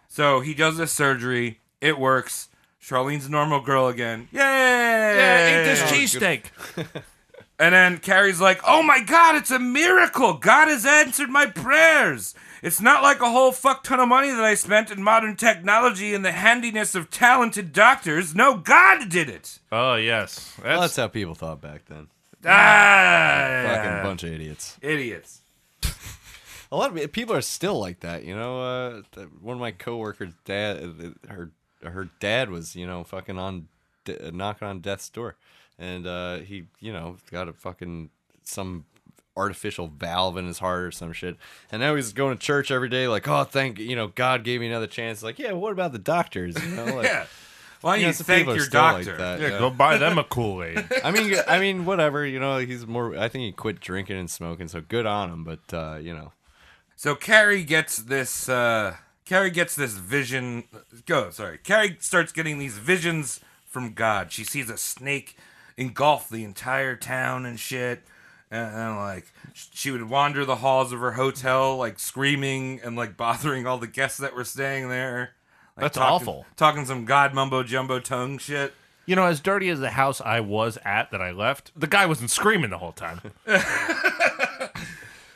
So he does this surgery. It works. Charlene's a normal girl again. Yay! Yeah, eat this cheesesteak. And then Carrie's like, "Oh my God, it's a miracle! God has answered my prayers. It's not like a whole fuck ton of money that I spent in modern technology and the handiness of talented doctors. No, God did it." Oh yes, Well, that's how people thought back then. Ah, Fucking bunch of idiots. idiots. A lot of people are still like that. You know, uh, th- one of my coworkers' dad, uh, her her dad was, you know, fucking on de- knocking on death's door, and uh, he, you know, got a fucking some artificial valve in his heart or some shit, and now he's going to church every day, like, oh, thank you know, God gave me another chance. Like, yeah, what about the doctors? You know, like, (laughs) Yeah. Why don't you know, you some thank people are your still like doctor? that, yeah. Go buy them a Kool Aid. I mean, I mean, whatever. You know, he's more. I think he quit drinking and smoking, so good on him. But uh, you know, So Carrie gets this. Uh, Carrie gets this vision. Go, sorry. Carrie starts getting these visions from God. She sees a snake engulf the entire town and shit. And, and like sh- she would wander the halls of her hotel, like screaming and like bothering all the guests that were staying there. Like, That's talking- awful. Talking some God mumbo jumbo tongue shit. You know, as dirty as the house I was at that I left, the guy wasn't screaming the whole (laughs) time.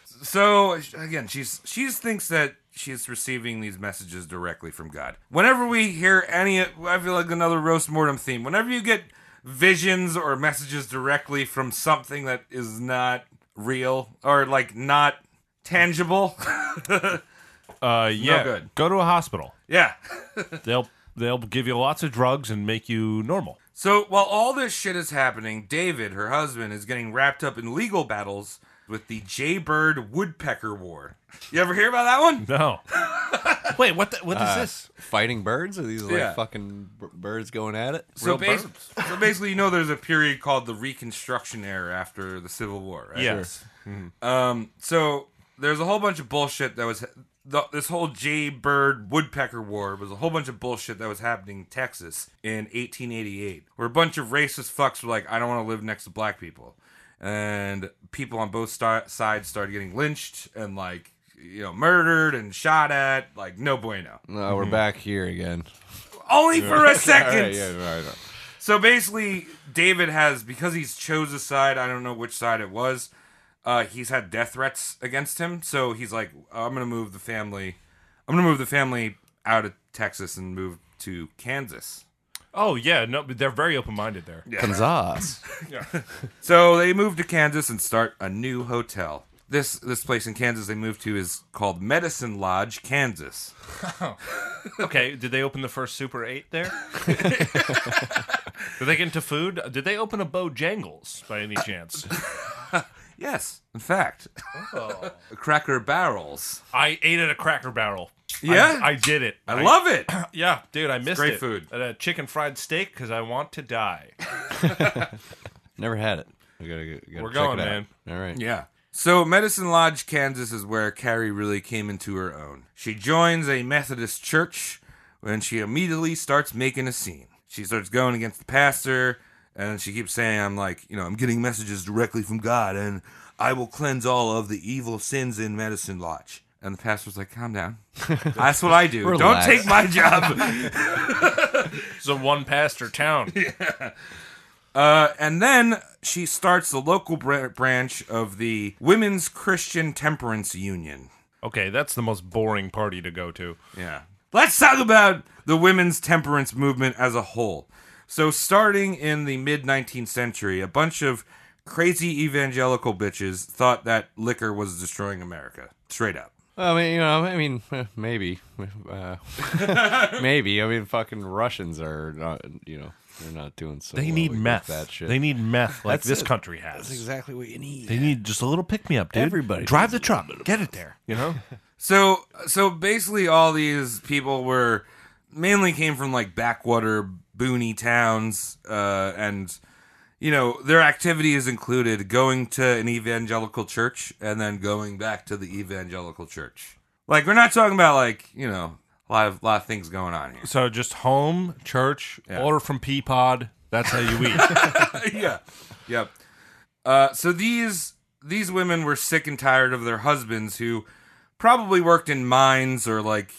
So sh- again, she's she thinks that she's receiving these messages directly from God. Whenever we hear any, I feel like another roast mortem theme. Whenever you get visions or messages directly from something that is not real or like not tangible, (laughs) Uh, yeah, good. go to a hospital. yeah. They'll they'll give you lots of drugs and make you normal. So while all this shit is happening, David, her husband, is getting wrapped up in legal battles with the Jaybird Woodpecker War. You ever hear about that one? (laughs) No, Uh, wait, what? The, what is this? fighting birds? Are these like Yeah. fucking b- birds going at it? So, bas- so basically, you know, there's a period called the Reconstruction era after the Civil War, right? Yes, Um, so there's a whole bunch of bullshit that was the, this whole Jaybird Woodpecker War was a whole bunch of bullshit that was happening in Texas in 1888, where a bunch of racist fucks were like, "I don't want to live next to black people," and people on both sti sides started getting lynched and like you know murdered and shot at, like no bueno. No, we're back here again. Only for a second. Alright, yeah, (laughs) alright, alright. So basically, David has because he's chose a side. I don't know which side it was. Uh, he's had death threats against him, so he's like, "I'm gonna move the family. I'm gonna move the family out of Texas and move to Kansas." Oh yeah, no, but they're very open minded there. Kansas. So they move to Kansas and start a new hotel. This this place in Kansas they moved to is called Medicine Lodge, Kansas. (laughs) Okay, did they open the first Super Eight (laughs) there? (laughs) did they get into food? Did they open a Bojangles by any chance? Yes, in fact, (laughs) Cracker Barrels. I ate at a Cracker Barrel. Yeah, I, I did it. I love it. Yeah, dude, I missed great it. food. At a chicken fried steak because I want to die. Never had it. We gotta, go- gotta We're check going, it out. man. All right. Yeah. So, Medicine Lodge, Kansas is where Carrie really came into her own. She joins a Methodist church and she immediately starts making a scene. She starts going against the pastor and she keeps saying, I'm like, you know, I'm getting messages directly from God and I will cleanse all of the evil sins in Medicine Lodge. And the pastor's like, calm down. That's what I do. Don't Relax. take my job. It's a one pastor (laughs) town. Uh, and then she starts the local br- branch of the Women's Christian Temperance Union. Okay, that's the most boring party to go to. Yeah. Let's talk about the women's temperance movement as a whole. So, starting in the mid 19th century, a bunch of crazy evangelical bitches thought that liquor was destroying America. Straight up. I mean, you know, I mean, eh, maybe, (laughs) uh, maybe. I mean, fucking Russians are not, you know, they're not doing so. They well need with meth. That shit. They need (laughs) meth like That's this it. country has. exactly what you need. They need just a little pick me up, dude. Everybody drive the truck, get it there. You know, So so basically, all these people were mainly came from like backwater boony towns, uh, and you know their activities included going to an evangelical church and then going back to the evangelical church. Like we're not talking about like you know a lot of lot of things going on here. so just home, church, order from Peapod. That's how you eat. yeah. (laughs) Yep. Uh, so these these women were sick and tired of their husbands who probably worked in mines or like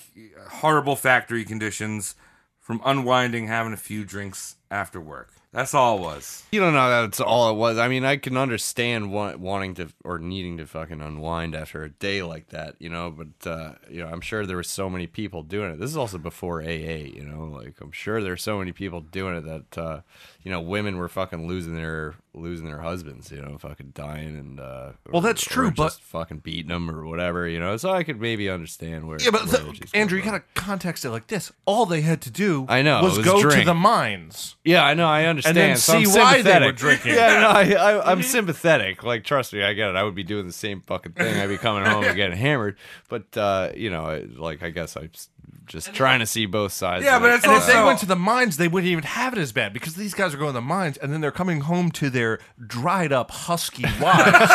horrible factory conditions from unwinding having a few drinks after work. That's all it was. You don't know that's all it was. I mean, I can understand wa- wanting to or needing to fucking unwind after a day like that, you know. But uh, you know, I'm sure there were so many people doing it. This is also before AA, you know. Like I'm sure there's so many people doing it that uh, you know women were fucking losing their losing their husbands, you know, fucking dying and uh, Well, that's or true, but- just fucking beating them or whatever, you know. So I could maybe understand where (laughs) yeah, but where the- she's coming Andrew, you from. gotta context it like this. All they had to do, I know, was, it was go to drink. the mines. Yeah, I know. I understand. so I'm see why they were sympathetic. drinking. (laughs) Mm-hmm. Yeah, no, I, I, I'm sympathetic. Like, trust me, I get it. I would be doing the same fucking thing. I'd be coming home and getting hammered. But uh, you know, I- like, I guess I'm s- just trying to see both sides. Yeah, of but it. it's And if they also- went to the mines, they wouldn't even have it as bad because these guys are going to the mines and then they're coming home to their dried up (laughs) husky wives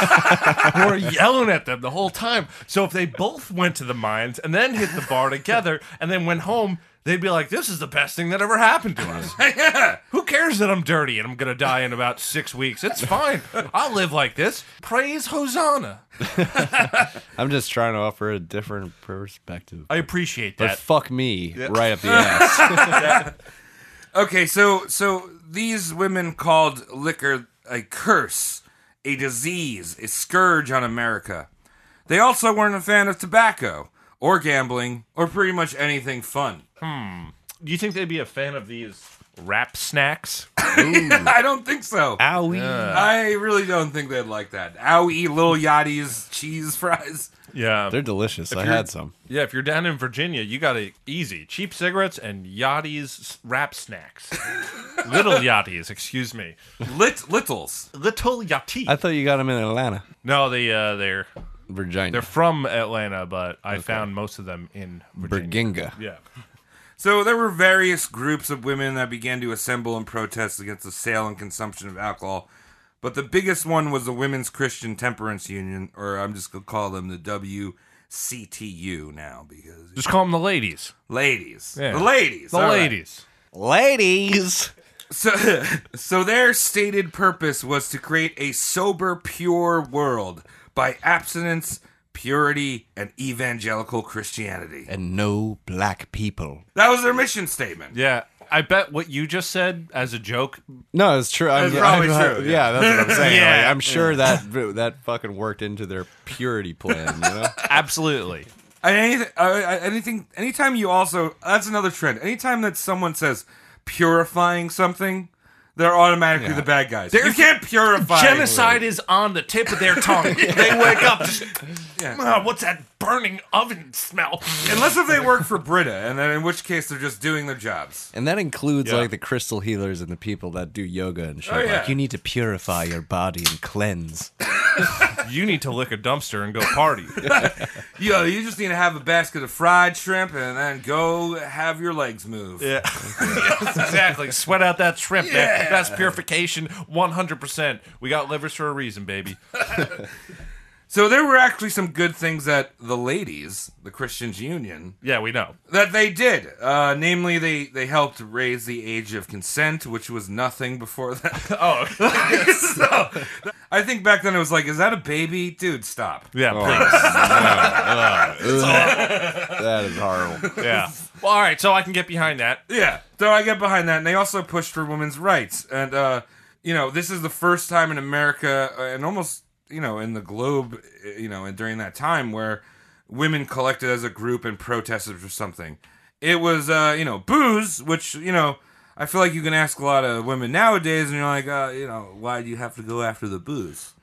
who are yelling at them the whole time. So if they both went to the mines and then hit the bar together and then went home, they'd be like, This is the best thing that ever happened to (laughs) us. Who cares that I'm dirty and I'm going to die in about six weeks? It's fine. I'll live like this. Praise Hosanna. I'm just trying to offer a different perspective. I appreciate but that. fuck me right up the ass. Okay, so so these women called liquor a curse, a disease, a scourge on America. They also weren't a fan of tobacco or gambling or pretty much anything fun. (laughs) Do you think they'd be a fan of these wrap snacks? I don't think so. Owie. I really don't think they'd like that. Owie, little Yachty's cheese fries. Yeah. They're delicious. I you're- had some. Yeah, if you're down in Virginia, you got to easy cheap cigarettes and Yachty's wrap snacks. Little Yachty's, excuse me. Lit littles. Little Yachty. I thought you got them in Atlanta, no, they uh, they're Virginia, they're from Atlanta, but I found most of them in Virginia. Virginia. Yeah. So there were various groups of women that began to assemble and protest against the sale and consumption of alcohol. But the biggest one was the Women's Christian Temperance Union, or I'm just gonna call them the WCTU now because Just call them the ladies. ladies, Yeah. the ladies, The all right. ladies. Ladies. So, (laughs) so their stated purpose was to create a sober, pure world by abstinence, purity, and evangelical Christianity. And no black people. That was their mission statement. Yeah. I bet what you just said as a joke. No, it's true. I'm, It's probably I'm- uh, true, Yeah. that's what I'm saying. Yeah. Like, I'm sure that that fucking worked into their purity plan. You know, (laughs) Absolutely. And anything, uh, uh, anything, anytime you also, that's another trend. Anytime that someone says purifying something, they're automatically the bad guys. you can't purify Genocide is on the tip of their (laughs) tongue. They wake up. Just, "Ah, what's that burning oven smell? unless if they work for Brita, and then in which case they're just doing their jobs. and that includes Yeah. like the crystal healers and the people that do yoga and shit. Oh, yeah. Like you need to purify your body and cleanse. (laughs) you need to lick a dumpster and go (laughs) party. Yo, you just need to have a basket of fried shrimp, and then go have your legs move. Yeah. Yes, (laughs) exactly. Sweat out that shrimp there. That's purification 100%. We got livers for a reason, baby. So there were actually some good things that the ladies, the Christians Union, Yeah, we know. that they did. Uh, namely, they they helped raise the age of consent, which was nothing before that. (laughs) Oh, so, I think back then it was like, is that a baby? Dude, stop. (laughs) yeah, please. that is horrible. Yeah. Well, all right, so I can get behind that. Yeah. So I get behind that. And they also pushed for women's rights. And, uh, you know, this is the first time in America uh, and almost, you know, in the globe, uh, you know, and during that time where women collected as a group and protested for something. It was, uh, you know, booze, which, you know, I feel like you can ask a lot of women nowadays and you're like, uh, you know, why do you have to go after the booze?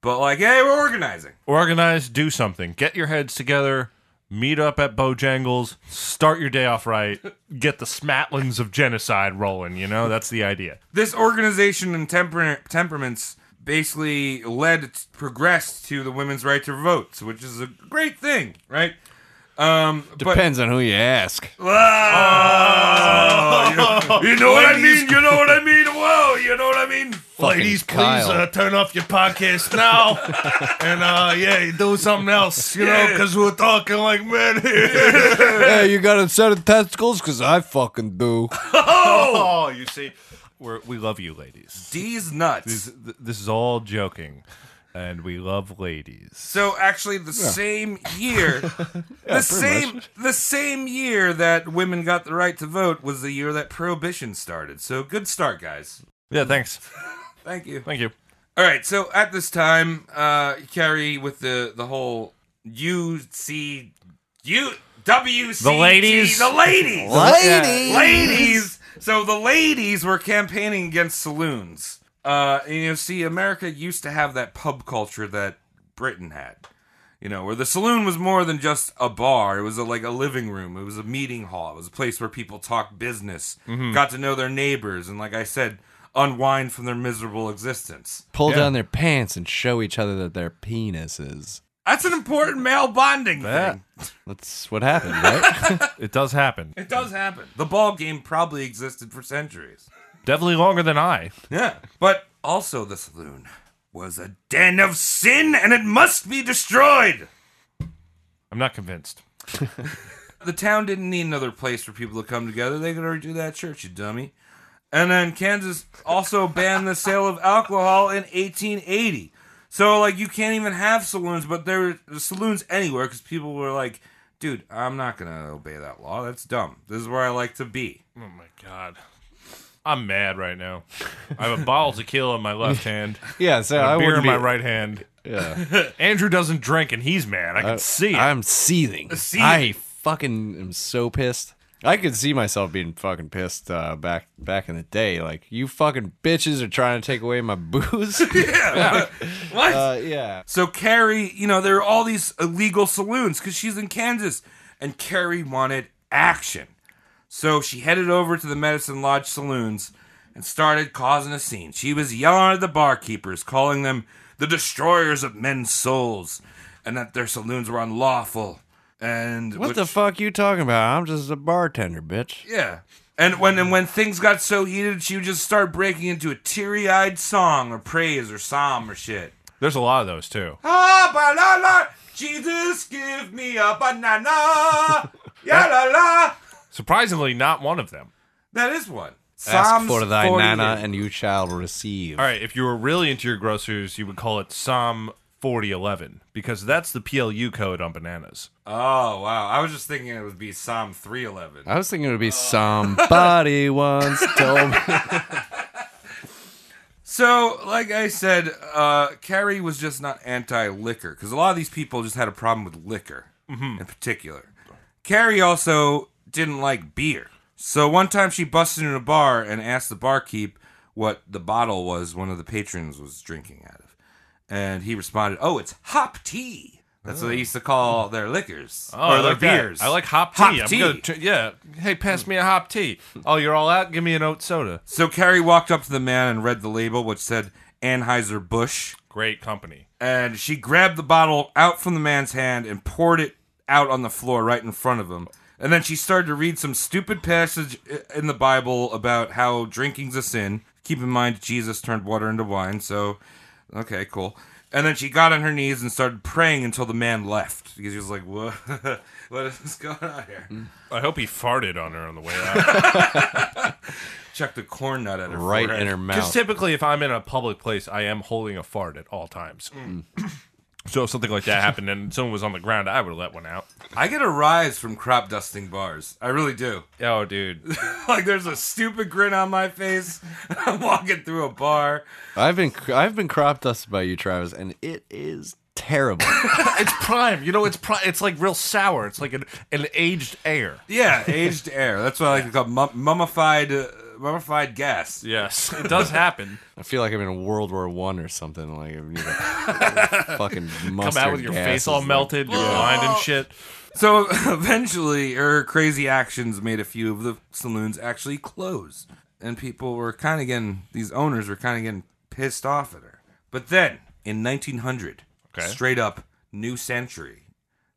But like, hey, we're organizing. Organize, do something. Get your heads together. Meet up at Bojangles. Start your day off right. Get the smatlins of genocide rolling. You know that's the idea. This organization and temper- temperaments basically led progressed to the women's right to vote, which is a great thing, right? Um, but Depends on who you ask. Ah! You know what I mean? You know what I mean? whoa, you know what I mean? Fucking Ladies, please Kyle. uh, turn off your podcast now, (laughs) and uh, yeah, do something else, you know, because we're talking like men here. (laughs) hey, you got a set of testicles? Because I fucking do. Oh, you see, we're, we love you, ladies. D's nuts. This, this is all joking, and we love ladies. So actually, the same (laughs) year, the same the same year that women got the right to vote was the year that prohibition started. So good start, guys. Yeah, thanks. Thank you. Thank you. All right. So at this time, uh, Carrie with the the whole UC U WC The ladies? the (laughs) ladies Lady! ladies. So the ladies were campaigning against saloons. Uh, and, you know, see, America used to have that pub culture that Britain had. You know, where the saloon was more than just a bar. It was a, like a living room. It was a meeting hall. It was a place where people talked business, got to know their neighbors, and like I said, unwind from their miserable existence. Pull down their pants and show each other that they're penises. That's an important male bonding That thing. That's what happened, right? (laughs) it does happen. It does happen. The ball game probably existed for centuries. Definitely longer than I. Yeah. But also, the saloon was a den of sin and it must be destroyed. I'm not convinced. The town didn't need another place for people to come together. They could already do that at church, you dummy. And then Kansas also banned the sale of alcohol in 1880. So, like, you can't even have saloons, but there were there's saloons anywhere because people were like, dude, I'm not going to obey that law. That's dumb. This is where I like to be. Oh my god. I'm mad right now. I have a bottle to kill in my left hand, yeah, so a I beer wouldn't in my be- right hand. Yeah. (laughs) Andrew doesn't drink and he's mad. I can see it. I'm seething. I fucking am so pissed. I could see myself being fucking pissed uh, back back in the day. Like you fucking bitches are trying to take away my (laughs) booze. What? uh, yeah. So Carrie, you know, there are all these illegal saloons because she's in Kansas, and Carrie wanted action. So she headed over to the Medicine Lodge saloons and started causing a scene. She was yelling at the barkeepers, calling them the destroyers of men's souls, and that their saloons were unlawful. And What which- the fuck you talking about? I'm just a bartender, bitch. yeah. And when and when things got so heated, she would just start breaking into a teary-eyed song or praise or psalm or shit. There's a lot of those too. Ah, banana. Jesus, give me a banana. ya la la. Surprisingly, not one of them. That is one. Ask for thy 48. nana and you shall receive. All right, if you were really into your grocers, you would call it Psalm 4011 because that's the PLU code on bananas. Oh wow, I was just thinking it would be Psalm three eleven. I was thinking it would be somebody once told me. So, like I said, uh, Carrie was just not anti liquor because a lot of these people just had a problem with liquor Mm-hmm. in particular. Carrie also didn't like beer. So, one time she busted in a bar and asked the barkeep what the bottle was one of the patrons was drinking out of. And he responded, Oh, it's hop tea. That's what they used to call their liquors Oh, I or their like that. beers. I like hop tea. Hop I'm tea. gonna tr- yeah. Hey, pass me a hop tea. Oh, you're all out. Give me an oat soda. so, Carrie walked up to the man and read the label, which said Anheuser-Busch. Great company. and she grabbed the bottle out from the man's hand and poured it out on the floor right in front of him. And then she started to read some stupid passage i- in the Bible about how drinking's a sin. Keep in mind, Jesus turned water into wine, so okay, cool. And then she got on her knees and started praying until the man left because he was like, "What? (laughs) what is going on here?" I hope he farted on her on the way out. Chucked a corn nut at her Right forehead. in her Because mouth. typically, if I'm in a public place, I am holding a fart at all times. (clears throat) so if something like that happened and someone was on the ground, I would have let one out. I get a rise from crop dusting bars. I really do. Oh, dude. (laughs) like there's a stupid grin on my face. (laughs) I'm walking through a bar. I've been I've been crop dusted by you, Travis, and it is terrible. (laughs) it's prime. You know, it's prime. It's like real sour. It's like an, an aged air. Yeah, aged air. That's what I like to call mum- mummified uh, mummified gas. Yes, (laughs) it does happen. I feel like I'm in World War One or something. Like I'm you know, (laughs) fucking Come mustard out with your gas face all is like- melted, your mind and shit. So (laughs) eventually, her crazy actions made a few of the saloons actually close, and people were kind of getting these owners were kind of getting pissed off at her. But then, in 1900, straight up new century,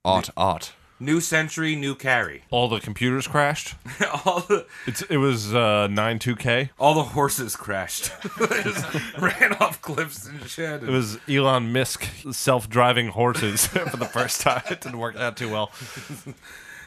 Ought, ought. new century, new carry. (laughs) All the computers crashed. all the It's it was uh, nine two k. all the horses crashed, (laughs) Just ran off cliffs and shit. It was Elon Musk self driving horses (laughs) for the first time. It didn't work out too well.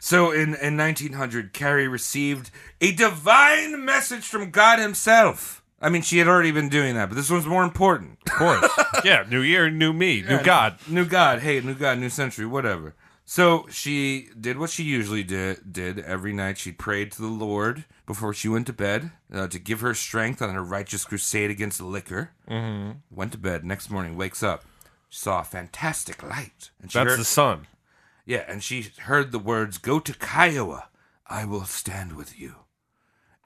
So in, in 1900, Carrie received a divine message from God Himself. I mean, she had already been doing that, but this one's more important. Of course. yeah, new year, new me, (laughs) new God. New God, hey, new God, new century, whatever. So she did what she usually did, did every night. She prayed to the Lord before she went to bed uh, to give her strength on her righteous crusade against liquor. Mm-hmm. Went to bed. Next morning, wakes up, saw a fantastic light. And she That's heard- the sun. yeah, and she heard the words, Go to Kiowa, I will stand with you.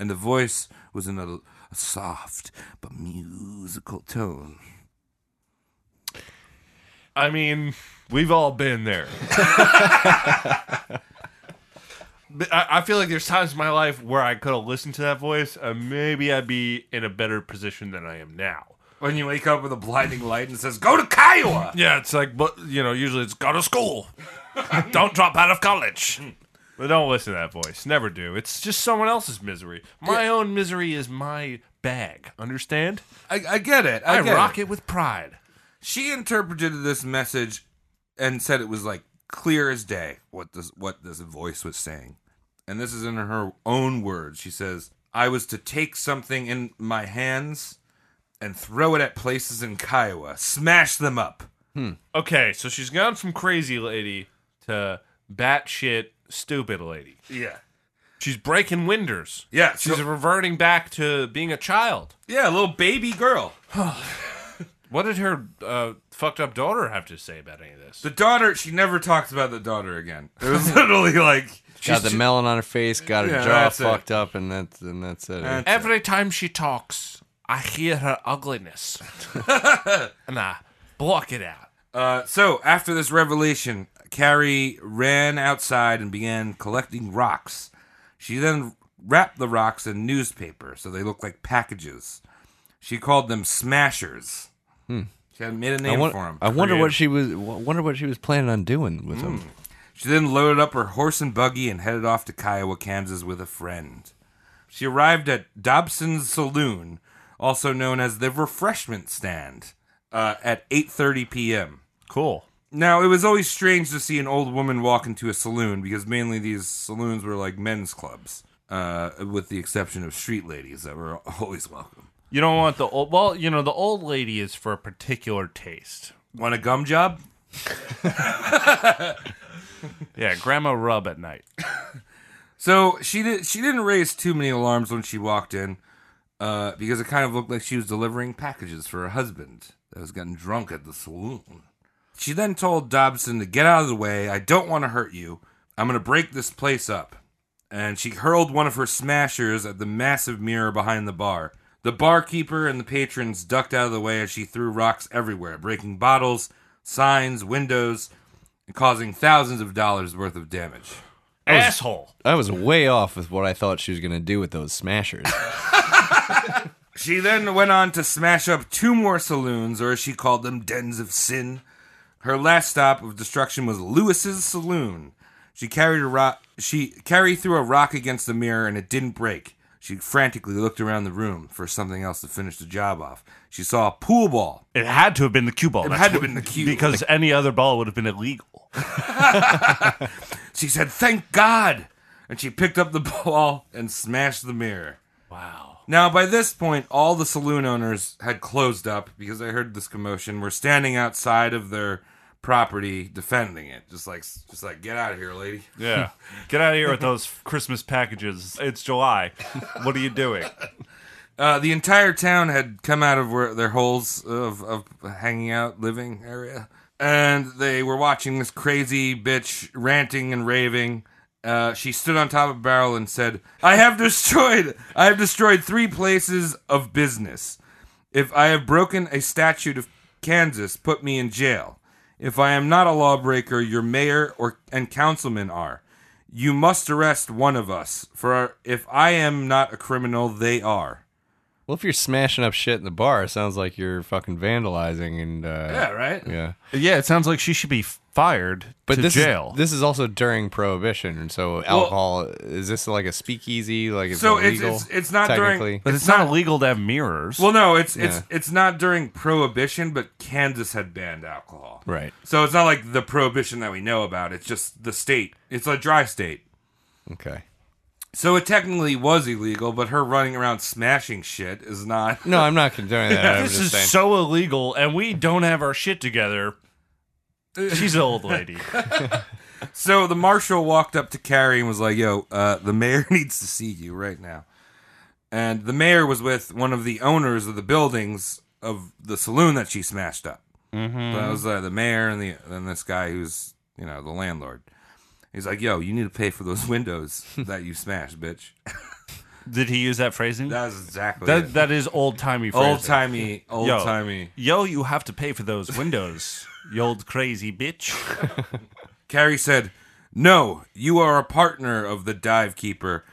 And the voice was in a, a soft but musical tone. I mean, we've all been there. But I I feel like there's times in my life where I could have listened to that voice, and maybe I'd be in a better position than I am now. When you wake up with a blinding light and says, Go to Kiowa! Yeah, it's like, but you know, usually it's go to school. (laughs) don't drop out of college. But don't listen to that voice. Never do. It's just someone else's misery. My own misery is my bag. Understand? I, I get it. I, I get rock it. it with pride. She interpreted this message and said it was like clear as day what this what this voice was saying. And this is in her own words. She says, "I was to take something in my hands and throw it at places in Kiowa, smash them up." Okay, so she's gone from crazy lady to batshit stupid lady. Yeah. She's breaking winders. Yeah, She's so- reverting back to being a child. Yeah, a little baby girl. What did her uh, fucked up daughter have to say about any of this? The daughter, she never talks about the daughter again. It was (laughs) literally like Got the melon on her face, got her Yeah, jaw that's it. fucked up, and that's and that's it. That's- Every time she talks, I hear her (laughs) ugliness. and I block it out. Uh, so after this revelation, Carrie ran outside and began collecting rocks. She then wrapped the rocks in newspaper so they looked like packages. She called them smashers. She had made a Hmm. I, name won- for them. I wonder what she was wonder what she was planning on doing with them. Mm. She then loaded up her horse and buggy and headed off to Kiowa, Kansas with a friend. She arrived at Dobson's Saloon, also known as the refreshment stand, uh, at 8:30 p.m. Cool. Now, it was always strange to see an old woman walk into a saloon because mainly these saloons were like men's clubs, uh, with the exception of street ladies that were (laughs) always welcome. You don't want the old. Well, you know, the old lady is for a particular taste. Want a gum job? Yeah, grandma rub at night. So she did. She didn't raise too many alarms when she walked in, uh, because it kind of looked like she was delivering packages for her husband that was getting drunk at the saloon. She then told Dobson to get out of the way. I don't want to hurt you. I'm gonna break this place up. And she hurled one of her smashers at the massive mirror behind the bar. The barkeeper and the patrons ducked out of the way as she threw rocks everywhere, breaking bottles, signs, windows, and causing thousands of dollars worth of damage. Asshole. I was way off with what I thought she was gonna do with those smashers. (laughs) She then went on to smash up two more saloons, or as she called them, dens of sin. Her last stop of destruction was Lewis's saloon. She carried a rock. She carried through a rock against the mirror, and it didn't break. She frantically looked around the room for something else to finish the job off. She saw a pool ball. It had to have been the cue ball. It had to have been the cue. Because any other ball would have been illegal. She said, "Thank God!" and she picked up the (laughs) ball and smashed the mirror. Wow. Now, by this point, all the saloon owners had closed up because they heard this commotion. Were standing outside of their property defending it, just like, just like, get out of here, lady. (laughs) Yeah. Get out of here with those Christmas packages. It's July. What are you doing? Uh, the entire town had come out of where, their holes of, of hanging out, living area, and they were watching this crazy bitch ranting and raving. Uh, she stood on top of a barrel and said, "I have destroyed. I have destroyed three places of business. If I have broken a statute of Kansas, put me in jail. If I am not a lawbreaker, your mayor or and councilmen are. You must arrest one of us. For if I am not a criminal, they are." Well, if you're smashing up shit in the bar, it sounds like you're fucking vandalizing and uh, yeah, right. yeah. Yeah, it sounds like she should be fired But to this jail. Is, this is also during Prohibition, and so alcohol is this like a speakeasy? Like it's So it's- illegal? it's- it's not during- technically. but it's, not, illegal to have mirrors. Well, no, it's it's Yeah. it's not during Prohibition, but Kansas had banned alcohol. right. So it's not like the prohibition that we know about. It's just the state. It's a dry state. Okay. So it technically was illegal, but her running around smashing shit is not. (laughs) No, I'm not condoning that. I'm this just is saying. so illegal, and we don't have our shit together. She's an (laughs) old lady. So the marshal walked up to Carrie and was like, "Yo, uh, the mayor (laughs) needs to see you right now." And the mayor was with one of the owners of the buildings of the saloon that she smashed up. Mm-hmm. So that was uh, the mayor and the and this guy who's you know the landlord. He's like, "Yo, you need to pay for those (laughs) windows that you smashed, bitch." Did he use that phrasing? That was exactly that, it. that is old timey phrasing. old timey, old Yo. timey. Yo, you have to pay for those windows, you old crazy bitch. (laughs) Carrie said, "No, you are a partner of the dive keeper,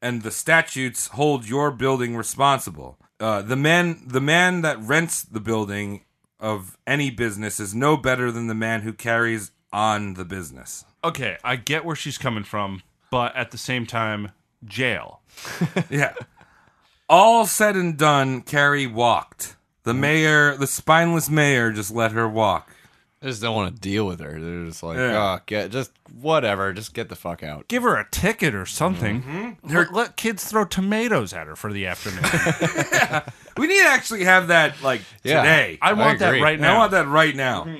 and the statutes hold your building responsible. Uh, the man, the man that rents the building of any business is no better than the man who carries on the business." (laughs) Okay, I get where she's coming from, but at the same time, jail. Yeah. All said and done, Carrie walked. The mayor, the spineless mayor, just let her walk. I just don't want to deal with her. They're just like, Yeah. oh, get just whatever. Just get the fuck out. Give her a ticket or something. Let, let kids throw tomatoes at her for the (laughs) afternoon. We need to actually have that like Yeah. today. I want that agree. right And I now. Mm-hmm. want that right now.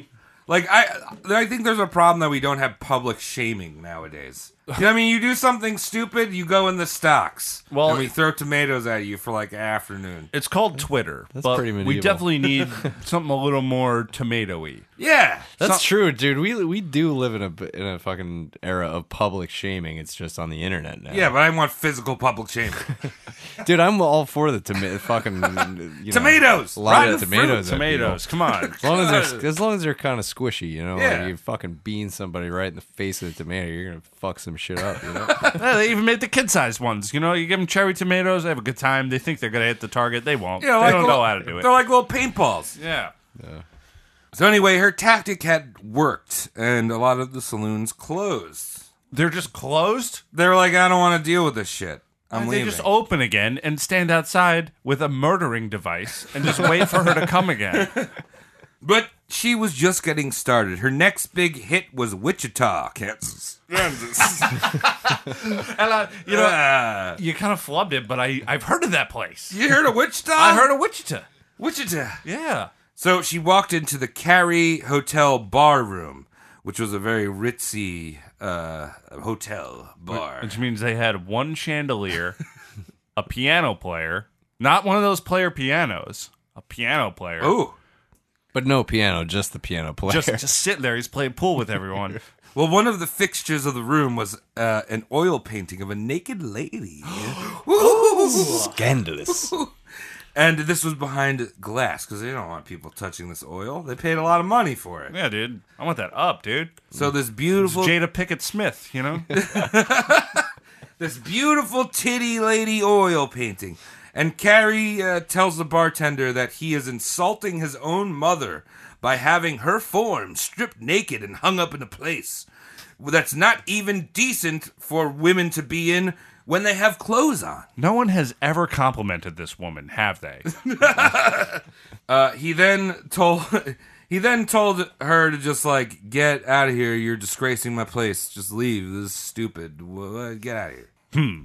Like I, I think there's a problem that we don't have public shaming nowadays. You know, what I mean, you do something stupid, you go in the stocks. Well- and we throw tomatoes at you for like an afternoon. It's called Twitter. That's but pretty We medieval. definitely need something a little more tomatoey. Yeah, That's true, dude. We we do live in a in a fucking era of public shaming. It's just on the internet now. yeah, but I want physical (laughs) public shaming. dude, I'm all for the tomato fucking you know, Tomatoes! lotta Rotten tomatoes, at Tomatoes, come on. people. As long as they're as long as they're kind of squishy, you know, Yeah. like you fucking bean somebody right in the face with a tomato, you're gonna fuck some shit up. You know, (laughs) Yeah, they even made the kid-sized ones. You know, you give them cherry tomatoes, they have a good time. They think they're gonna hit the target. They won't. Yeah, they like don't little- know how to do it. They're like little paintballs. yeah. So anyway, her tactic had worked, and a lot of the saloons closed. They're just closed. They were like, I don't want to deal with this shit. I'm And they leaving. just open again and stand outside with a murdering device and just wait for her to come again. But she was just getting started. Her next big hit was Wichita, Kansas. Kansas. (laughs) And I, you know, Ah. you kind of flubbed it, but I I've heard of that place. you heard of Wichita? I heard of Wichita. Wichita. Yeah. So she walked into the Carrie Hotel bar room, which was a very ritzy uh, hotel bar. Which means they had one chandelier, a piano player, not one of those player pianos, a piano player. Oh, but no piano, just the piano player. Just just sitting there, he's playing pool with (laughs) everyone. well, one of the fixtures of the room was uh, an oil painting of a naked (gasps) lady. Ooh. scandalous. (laughs) and this was behind glass because they don't want people touching this oil. They paid a lot of money for it. Yeah, dude. I want that up, dude. So this beautiful Jada Pickett Smith, you (laughs) know? this beautiful titty lady oil painting. And Carrie uh, tells the bartender that he is insulting his own mother by having her form stripped naked and hung up in a place that's not even decent for women to be in when they have clothes on. No one has ever complimented this woman, have (laughs) they? Uh, he then told (laughs) he then told her to just like get out of here. You're disgracing my place. Just leave. This is stupid. Wha- Get out of here. Hmm.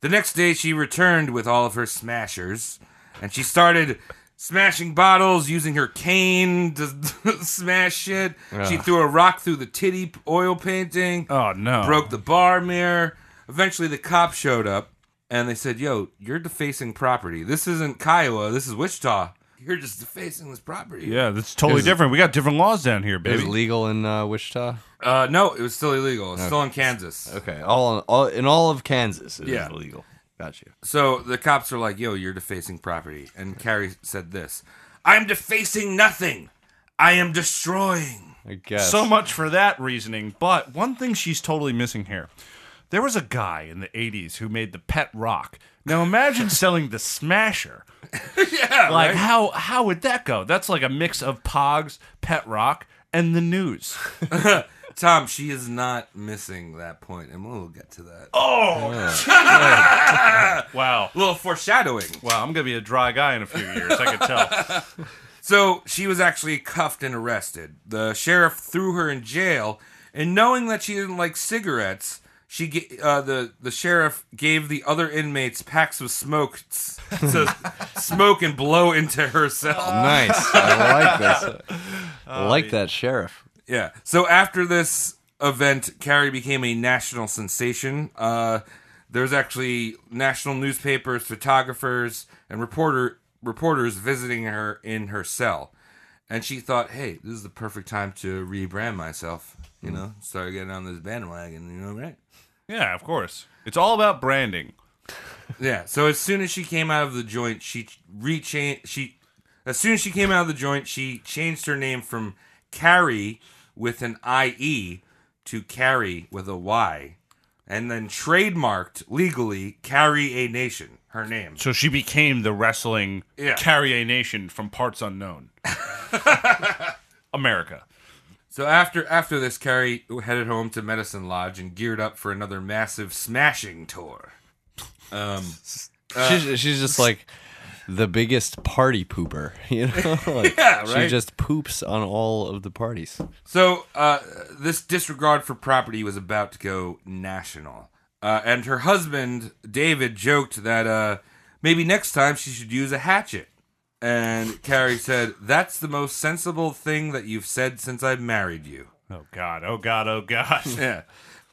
The next day, she returned with all of her smashers, and she started smashing bottles using her cane to (laughs) smash shit. She threw a rock through the titty p- oil painting. Oh no. Broke the bar mirror. Eventually, the cop showed up and they said, Yo, you're defacing property. This isn't Kiowa. This is Wichita. You're just defacing this property. Yeah, that's totally Is- different. We got different laws down here, It was baby. legal in uh, Wichita. Uh, no, it was still illegal. It's still in Kansas. Okay, all in all, in all of Kansas, it is Yeah. illegal. Got you. So the cops are like, yo, you're defacing property. And Carrie said this I'm defacing nothing. I am destroying. (laughs) I guess So much for that reasoning. But one thing she's totally missing here. There was a guy in the 80s who made the pet rock. Now (laughs) imagine selling the smasher. (laughs) yeah. Like how how would that go? That's like a mix of Pogs, pet rock, and the news. Tom, she is not missing that point, and we'll get to that. (laughs) Oh. Wow. (laughs) A little foreshadowing. Wow, I'm gonna be a dry guy in a few years, I can (laughs) tell. So she was actually cuffed and arrested. The sheriff threw her in jail, and knowing that she didn't like cigarettes, she ga- uh, the the sheriff gave the other inmates packs of smoke s- to smoke and blow into her cell. nice. (laughs) I like this. I Oh, like that sheriff. Yeah. So after this event, Carrie became a national sensation. Uh, there's actually national newspapers, photographers, and reporter reporters visiting her in her cell, and she thought, "Hey, this is the perfect time to rebrand myself." You know, start getting on this bandwagon. You know, right? yeah, of course. It's all about branding. Yeah. So as soon as she came out of the joint, she rechanged. She as soon as she came out of the joint, she changed her name from Carrie with an I E to Carrie with a Y, and then trademarked legally Carrie a Nation. Her name. So she became the wrestling Yeah. Carrier Nation from parts (laughs) unknown. America. So after after this, Carrie headed home to Medicine Lodge and geared up for another massive smashing tour. Uh, she's, she's just like the biggest party pooper. (laughs) You know, (laughs) Like, Yeah, She right? just poops on all of the parties. So uh, this disregard for property was about to go national, uh, and her husband David joked that uh, maybe next time she should use a hatchet. And Carrie said, "That's the most sensible thing that you've said since I married you." Oh god, oh god, oh god. Yeah.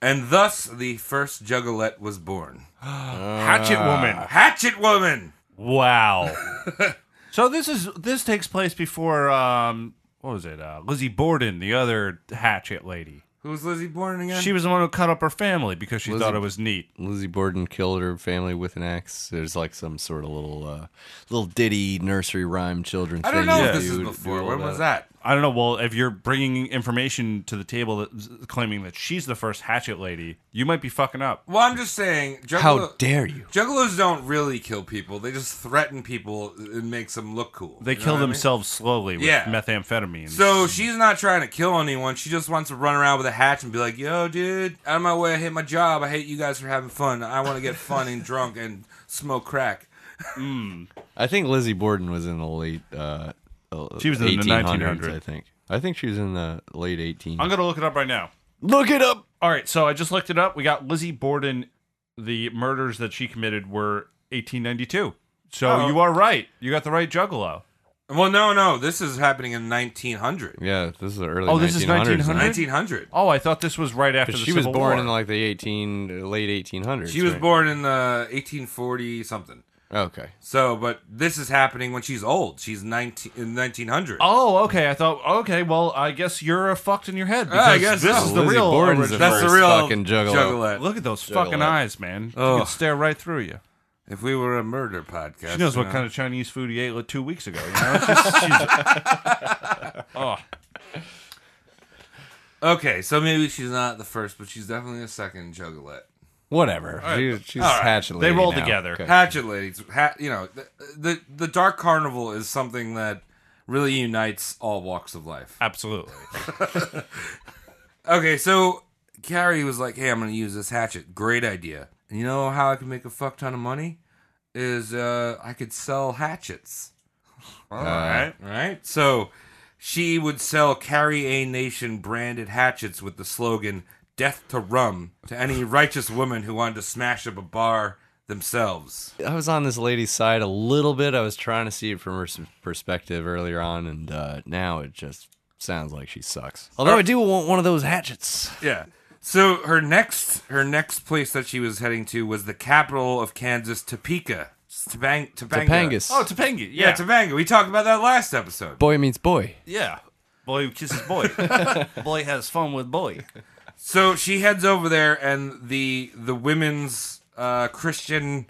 And thus the first juggalette was born. Hatchet woman. Hatchet woman. Wow. (laughs) so this is this takes place before um what was it? Uh, Lizzie Borden, the other hatchet lady. Who's Lizzie Borden again? She was the one who cut up her family because she thought it was neat. Lizzie Borden killed her family with an axe. There's like some sort of little uh, little ditty nursery rhyme children. I thing don't know you if this is do- before. do When about was it. that? I don't know. Well, if you're bringing information to the table that, claiming that she's the first hatchet lady, you might be fucking up. Well, I'm just saying. Juggalo- How dare you? Juggalos don't really kill people. They just threaten people and makes them look cool. They You know kill what I mean? themselves slowly with Yeah. methamphetamines. So she's not trying to kill anyone. She just wants to run around with a hatch and be like, "Yo, dude, out of my way! I hate my job. I hate you guys for having fun. I want to get fun and drunk and smoke crack." I think Lizzie Borden was in the late. Uh, uh, She was in the 1800s, 1900s. I think. I think she was in the late 18. I'm gonna look it up right now. Look it up. All right, so I just looked it up. We got Lizzie Borden. The murders that she committed were 1892. So Oh. you are right. You got the right juggalo. Well, no, no, this is happening in 1900, Yeah, this is the early. Oh, this is 1900s. 1900? 1900. Oh, I thought this was right after the Because she was Civil born War. in like the 18 uh, late 1800s. She was right? born in the 1840 something. Okay. So, but this is happening when she's old. She's 19 in 1900. Oh, okay. I thought okay. Well, I guess you're uh, fucked in your head. Because Ah, I guess this so. is the Lizzie real. Borden's origin. the That's the first real fucking juggalo. Oh. Look at those fucking Juggalette. eyes, man. You Ugh. can stare right through you. If we were a murder podcast, She knows you what know. kind of Chinese food he ate like two weeks ago. You know? It's just- (laughs) she's- oh, Okay, so maybe she's not the first, but she's definitely the second juggalette. Whatever. She, she's All right. hatchet They lady roll now. together. Okay. Hatchet ladies, ha- you know, the, the the dark carnival is something that really unites all walks of life. absolutely. Okay, so Carrie was like, "Hey, I'm going to use this hatchet. Great idea. And you know how I can make a fuck ton of money is uh, I could sell hatchets." Uh, All right. Right? So she would sell Carrie A Nation branded hatchets with the slogan Death to Rum to any righteous woman who wanted to smash up a bar themselves. I was on this lady's side a little bit. I was trying to see it from her s- perspective earlier on, and uh, now it just sounds like she sucks. Although I do want one of those hatchets. Yeah. So her next her next place that she was heading to was the capital of Kansas, Topeka. Topang- Topanga. Topangus. Oh, Topanga. Yeah, Yeah. Topanga. We talked about that last episode. boy meets boy. yeah. Boy kisses (laughs) boy. boy has fun with boy. So she heads over there, and the the women's uh, Christian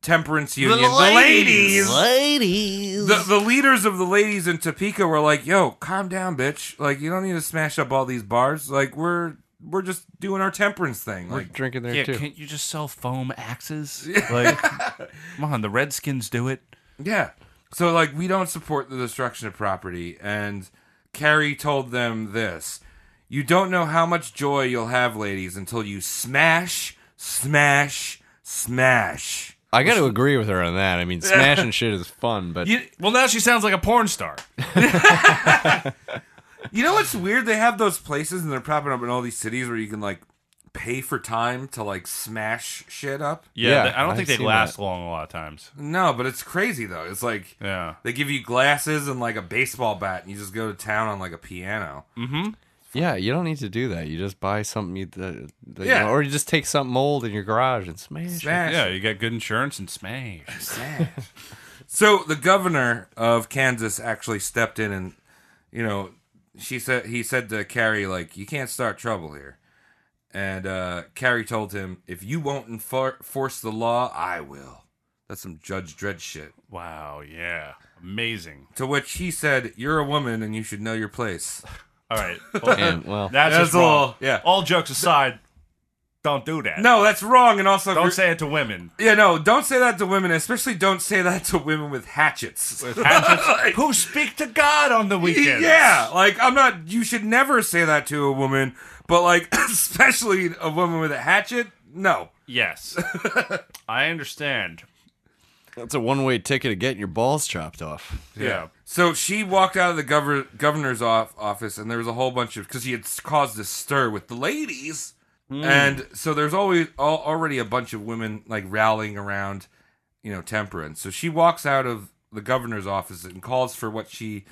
temperance union, the ladies, Ladies. the, the leaders of the ladies in Topeka were like, "Yo, calm down, bitch. Like, you don't need to smash up all these bars. Like, we're we're just doing our temperance thing. Like, Drinking there Yeah, too. can't you just sell foam axes? Like, come on, the Redskins do it. Yeah. So like we don't support the destruction of property and Carrie told them this. You don't know how much joy you'll have ladies until you smash, smash, smash. I got to agree with her on that. I mean, smashing shit is fun, but You- well, now she sounds like a porn star. You know what's weird? They have those places and they're popping up in all these cities where you can like pay for time to like smash shit up. Yeah, Yeah, th- I don't I've think they seen last that. long a lot of times. No, but it's crazy though. It's like Yeah. they give you glasses and like a baseball bat and you just go to town on like a piano. yeah, you don't need to do that. You just buy something you, that, that Yeah. you know, or you just take something old in your garage and smash. it. Smash. Yeah, you got good insurance and smash. So the governor of Kansas actually stepped in and you know, she said he said to Carrie like you can't start trouble here. And uh Carrie told him if you won't enfor- enforce the law, I will. That's some judge dread shit. Wow, yeah. Amazing. To which he said, "You're a woman and you should know your place." All right. Well, And, well, that's just all- wrong. yeah. All jokes aside, don't do that. No, that's wrong and also Don't say it to women. Yeah, no, don't say that to women, especially don't say that to women with hatchets. Hatchets who speak to God on the weekends. Yeah, like I'm not. You should never say that to a woman, but like (laughs) especially a woman with a hatchet. No. Yes. I understand. that's a one-way ticket to getting your balls chopped off. Yeah. So she walked out of the governor, governor's off, office, and there was a whole bunch of because she had s- caused a stir with the ladies, Hmm. and so there's always al- already a bunch of women like rallying around, you know, temperance. So she walks out of the governor's office and calls for what she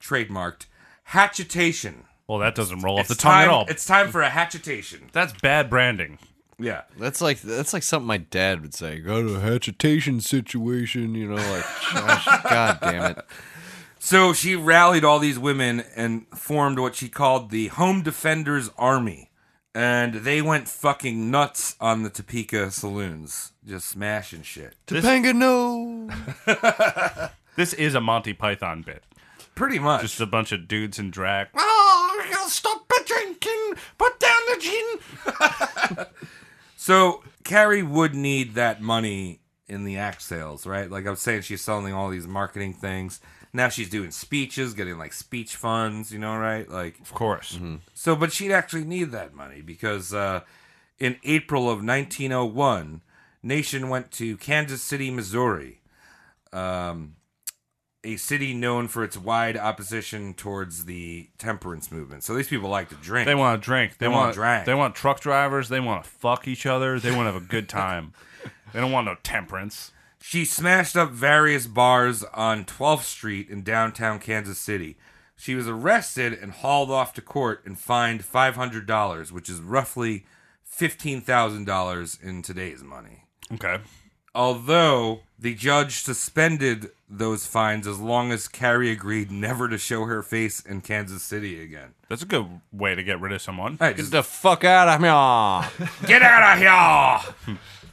trademarked hatchetation. Well, that doesn't roll off the It's tongue time- at all. It's time for a hatchetation. That's bad branding. Yeah. That's like that's like something my dad would say. Got a hatchetation situation, you know, like gosh, god damn it. So she rallied all these women and formed what she called the Home Defenders Army. And they went fucking nuts on the Topeka saloons, just smashing shit. Topanga, no. This is a Monty Python bit. Pretty much. Just a bunch of dudes in drag. (laughs) so Carrie would need that money in the act sales, right? Like I was saying, she's selling all these marketing things. Now she's doing speeches, getting like speech funds, you know, right? Like Of course. So, but she'd actually need that money because uh, in April of 1901, Nation went to Kansas City, Missouri, um, a city known for its wide opposition towards the temperance movement. So these people like to drink. They want to drink. They, They wanna want drink. They want truck drivers. They want to fuck each other. They want to have a good time. they don't want no temperance. She smashed up various bars on 12th Street in downtown Kansas City. She was arrested and hauled off to court and fined $500, which is roughly $15,000 in today's money. Okay. although the judge suspended those fines as long as Carrie agreed never to show her face in Kansas City again. That's a good way to get rid of someone. All right, Get just the fuck out of here. (laughs) get (laughs) out of here! (laughs)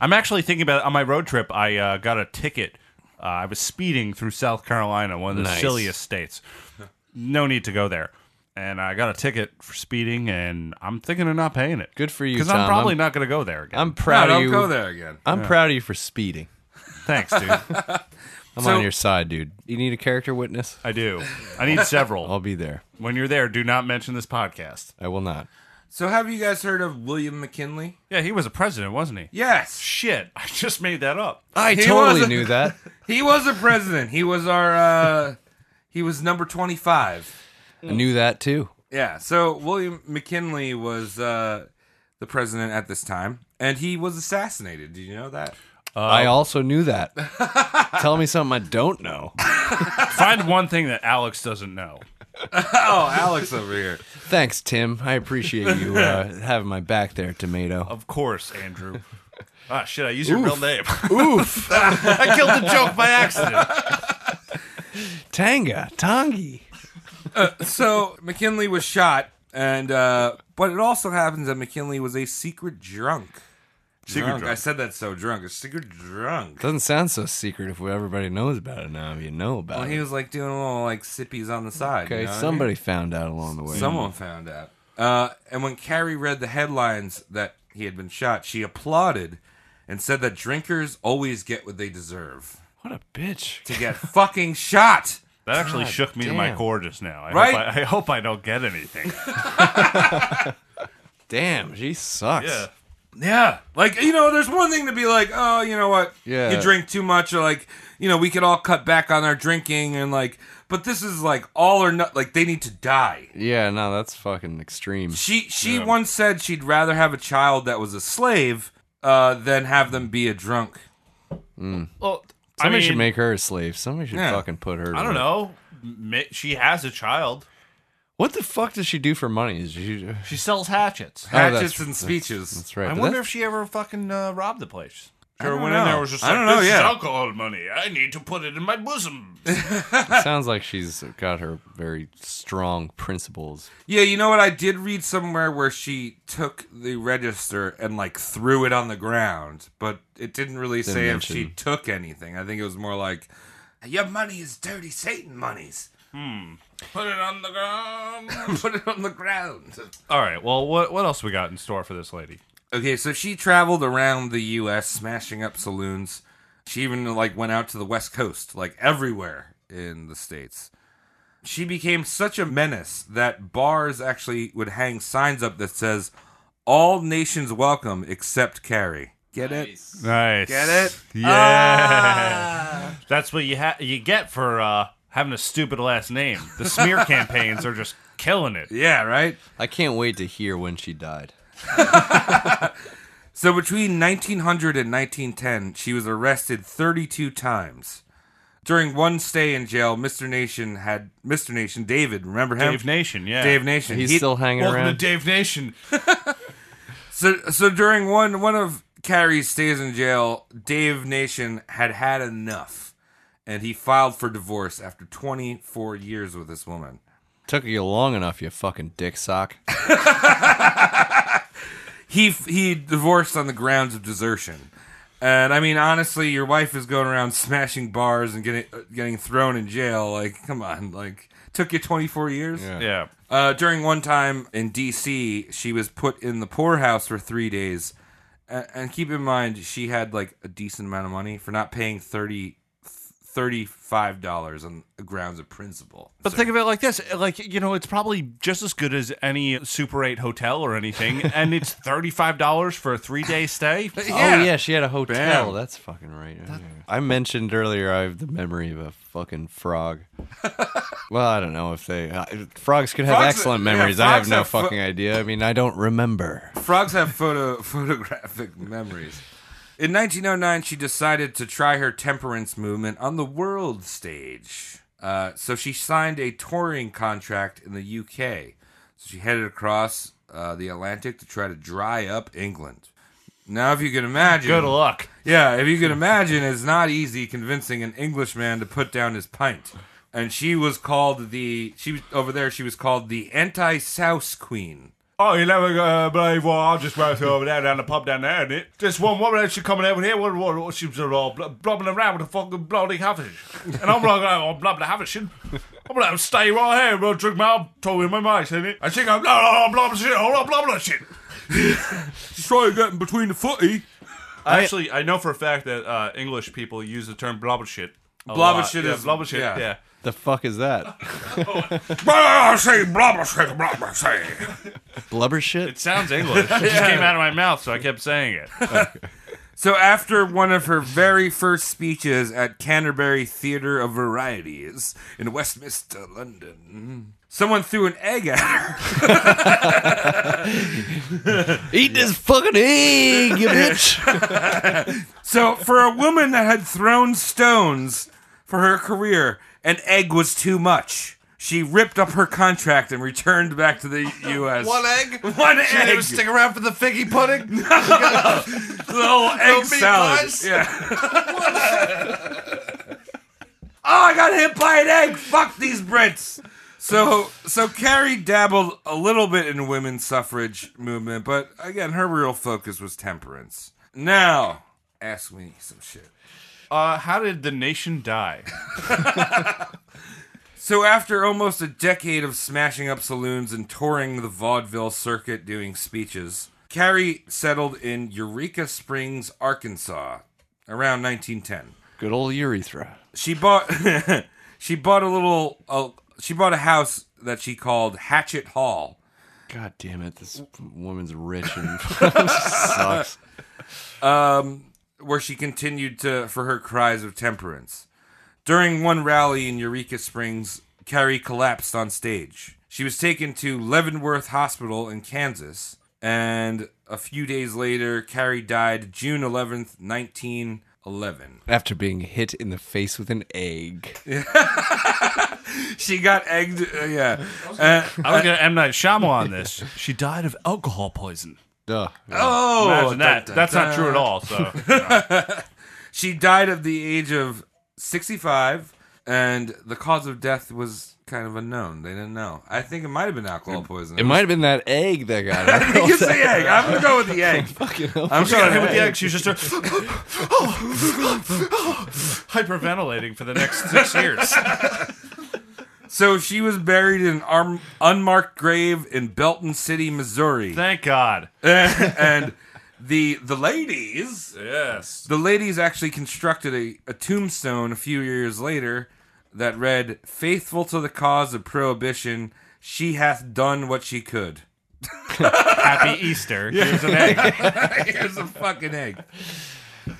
I'm actually thinking about on my road trip. I uh, got a ticket. Uh, I was speeding through South Carolina, one of the Nice. silliest states. No need to go there. And I got a ticket for speeding, and I'm thinking of not paying it. Good for you, Because I'm Tom. probably I'm- not going to go there again. I'm No, proud of don't you. go there again. I'm proud of you for speeding. (laughs) Thanks, dude. I'm So- on your side, dude. You need a character witness? I do. I need (laughs) several. I'll be there. When you're there, do not mention this podcast. I will not. So, have you guys heard of William McKinley? Yeah, he was a president, wasn't he? Yes, Shit, (laughs) I just made that up. I He totally was a- knew that. he was a president. He was our, uh, he was number 25. I knew that too. Yeah, so William McKinley was uh, the president at this time, and he was assassinated. Did you know that? (laughs) I Oh. also knew that. Tell me something I don't know. Find one thing that Alex doesn't know. Oh, Alex over here. Thanks, Tim. I appreciate you uh, (laughs) having my back there, Tomato. Of course, Andrew. Ah, shit, I used your real name. Oof. (laughs) I killed the joke by accident. Tanga, Tongi. so McKinley was shot, and uh, but it also happens that McKinley was a secret drunk. Secret I drunk. said that so drunk. A secret drunk. Doesn't sound so secret if everybody knows about it now. If you know about Well, it. he was like doing little like sippies on the side. okay, you know what I mean? somebody found out along the way. Someone found out. Uh, and when Carrie read the headlines that he had been shot, she applauded and said that drinkers always get what they deserve What a bitch. to get fucking shot. (laughs) That actually shook me to my damn. core just now. I Right? Hope I, I hope I don't (laughs) get anything. Damn, she sucks. Yeah. Yeah. Like, you know, there's one thing to be like, oh, you know what? Yeah. You drink too much, or like, you know, we could all cut back on our drinking, and like, but this is like all or not, like, they need to die. no, that's fucking extreme. She she once said she'd rather have a child that was a slave uh, than have them be a drunk. well, Somebody should make her a slave. Somebody should Yeah. fucking put her. I to don't work. know. Ma- She has a child. What the fuck does she do for money? Is she? Oh, She sells hatchets. that's- Hatchets and speeches. That's, that's right. I But wonder that's- if she ever fucking uh, robbed the place. She ever don't went in there know. and was just I like, don't know, this is yeah. alcohol money. I need to put it in my bosom. (laughs) sounds like she's got her very strong principles. Yeah, you know what? I did read somewhere where she took the register and like threw it on the ground, but it didn't really say if she mention. took anything. I think it was more like, "Your money is dirty Satan monies. (laughs) put it on the ground. Put it on the ground." (laughs) All right. Well, what what else we got in store for this lady? Okay, so she traveled around the U.S. smashing up saloons. She even like went out to the West Coast, like everywhere in the states. She became such a menace that bars actually would hang signs up that says, "All nations welcome except Carrie." (laughs) Get it? Nice. Get it? Ah. Yeah. That's what you ha- you get for uh, having a stupid last name. The (laughs) smear campaigns are just killing it. Yeah, right. I can't wait to hear when she died. So between 1900 and 1910, she was arrested 32 times. During one stay in jail, Mr. Nation had Mr. Nation David. Remember him? Dave Nation. Yeah. Dave Nation. He's He- still hanging Welcome around. to Dave Nation. So, so during one one of Carrie's stays in jail, Dave Nation had had enough, and he filed for divorce after 24 years with this woman. Took you long enough, you fucking dick (laughs) sock. He he divorced on the grounds of desertion, and I mean honestly, your wife is going around (laughs) smashing bars and getting uh, getting thrown in jail. Like, come on, like took you 24 years. Yeah. Uh, during one time in D.C., she was put in the poorhouse for three days. And, and keep in mind, she had like a decent amount of money for not paying 30, $35 on the grounds of principle. But (laughs) think of it like this: like you know, it's probably just as good as any Super Eight hotel or anything, and it's thirty-five dollars for a three-day stay. Oh yeah, she had a hotel. That's fucking right. Yeah, yeah. I mentioned earlier I have the memory of a fucking (laughs) frog. well, I don't know if they uh, frogs could have Frogs- excellent yeah, memories. I have frogs no have fo- fucking idea. I mean, I don't remember. Frogs have photo (laughs) photographic memories. In 1909, she decided to try her temperance movement on the world stage. Uh, so she signed a touring contract in the UK. So she headed across uh, the Atlantic to try to dry up England. Now, if you can imagine, Good luck. yeah, if you can imagine, it's not easy convincing an Englishman to put down his pint. And she was called the she was over there. She was called the anti-souse queen. Oh, you never uh, believe what I just went through over there down the pub down there, and it just one woman and she coming over here, what what what she was all bl- blubbing around with a fucking bloody havish, and I'm like, oh, I'm blubbing havish, and I'm gonna stay right here, and I'll drink my old toy with my mates, innit? And she goes, no, no, no, blah blah shit, all blah blah shit. Try to get in between the footy. Actually, I know for a fact that uh, English people use the term blubber shit. Blubber lot. shit Yeah, is- blubber shit, yeah. yeah. The fuck is (laughs) that? I say blubber say blubber say. Blubber shit. sounds English. (laughs) It just came out of my mouth, so I kept saying it. So after one of her very first speeches at Canterbury Theatre of Varieties in Westminster, London, someone threw an egg at her. (laughs) Eat this fucking egg, (laughs) you bitch. So for a woman that had thrown stones for her career, an egg was too much. She ripped up her contract and returned back to (laughs) the U.S. One egg? (laughs) One She didn't egg. even stick around for the figgy (laughs) (laughs) pudding. the whole egg meat salad. pies? Yeah. oh, I got hit by an egg. Fuck these Brits. So so Carrie dabbled a little bit in women's suffrage movement, but again, her real focus was temperance. Now, ask me some shit. Uh, how did the nation die? So after almost a decade of smashing up saloons and touring the vaudeville circuit doing speeches, Carrie settled in Eureka Springs, Arkansas, around 1910. Good old urethra. She bought (laughs) she bought a little uh, she bought a house that she called Hatchet Hall. God damn it, this woman's rich and (laughs) sucks. where she continued to for her cries of temperance. During one rally in Eureka Springs, Carrie collapsed on stage. She was taken to Leavenworth Hospital in Kansas, and a few days later, Carrie died June 11th, 1911. After being hit in the face with an egg. She got egged, uh, (laughs) yeah. Uh, I was gonna M Night Shyamalan this. She died of alcohol poison. Duh. oh, Imagine that. dun, dun, That's dun. not true at all. (laughs) So She died at the age of 65, and the cause of death was kind of unknown. They didn't know. I think it might have been alcohol poisoning. It might have been that egg that got her. (laughs) You say egg. I'm gonna go with the egg. I'm sorry. with the egg, she was just (gasps) hyperventilating for the (laughs) next six years. So she was buried in an arm- unmarked grave in Belton City, Missouri, Thank God. (laughs) and the the ladies Yes. the ladies actually constructed a, a tombstone a few years later that read "Faithful to the cause of prohibition, she hath done what she could." (laughs) Happy Easter. Here's an egg. Here's a fucking egg.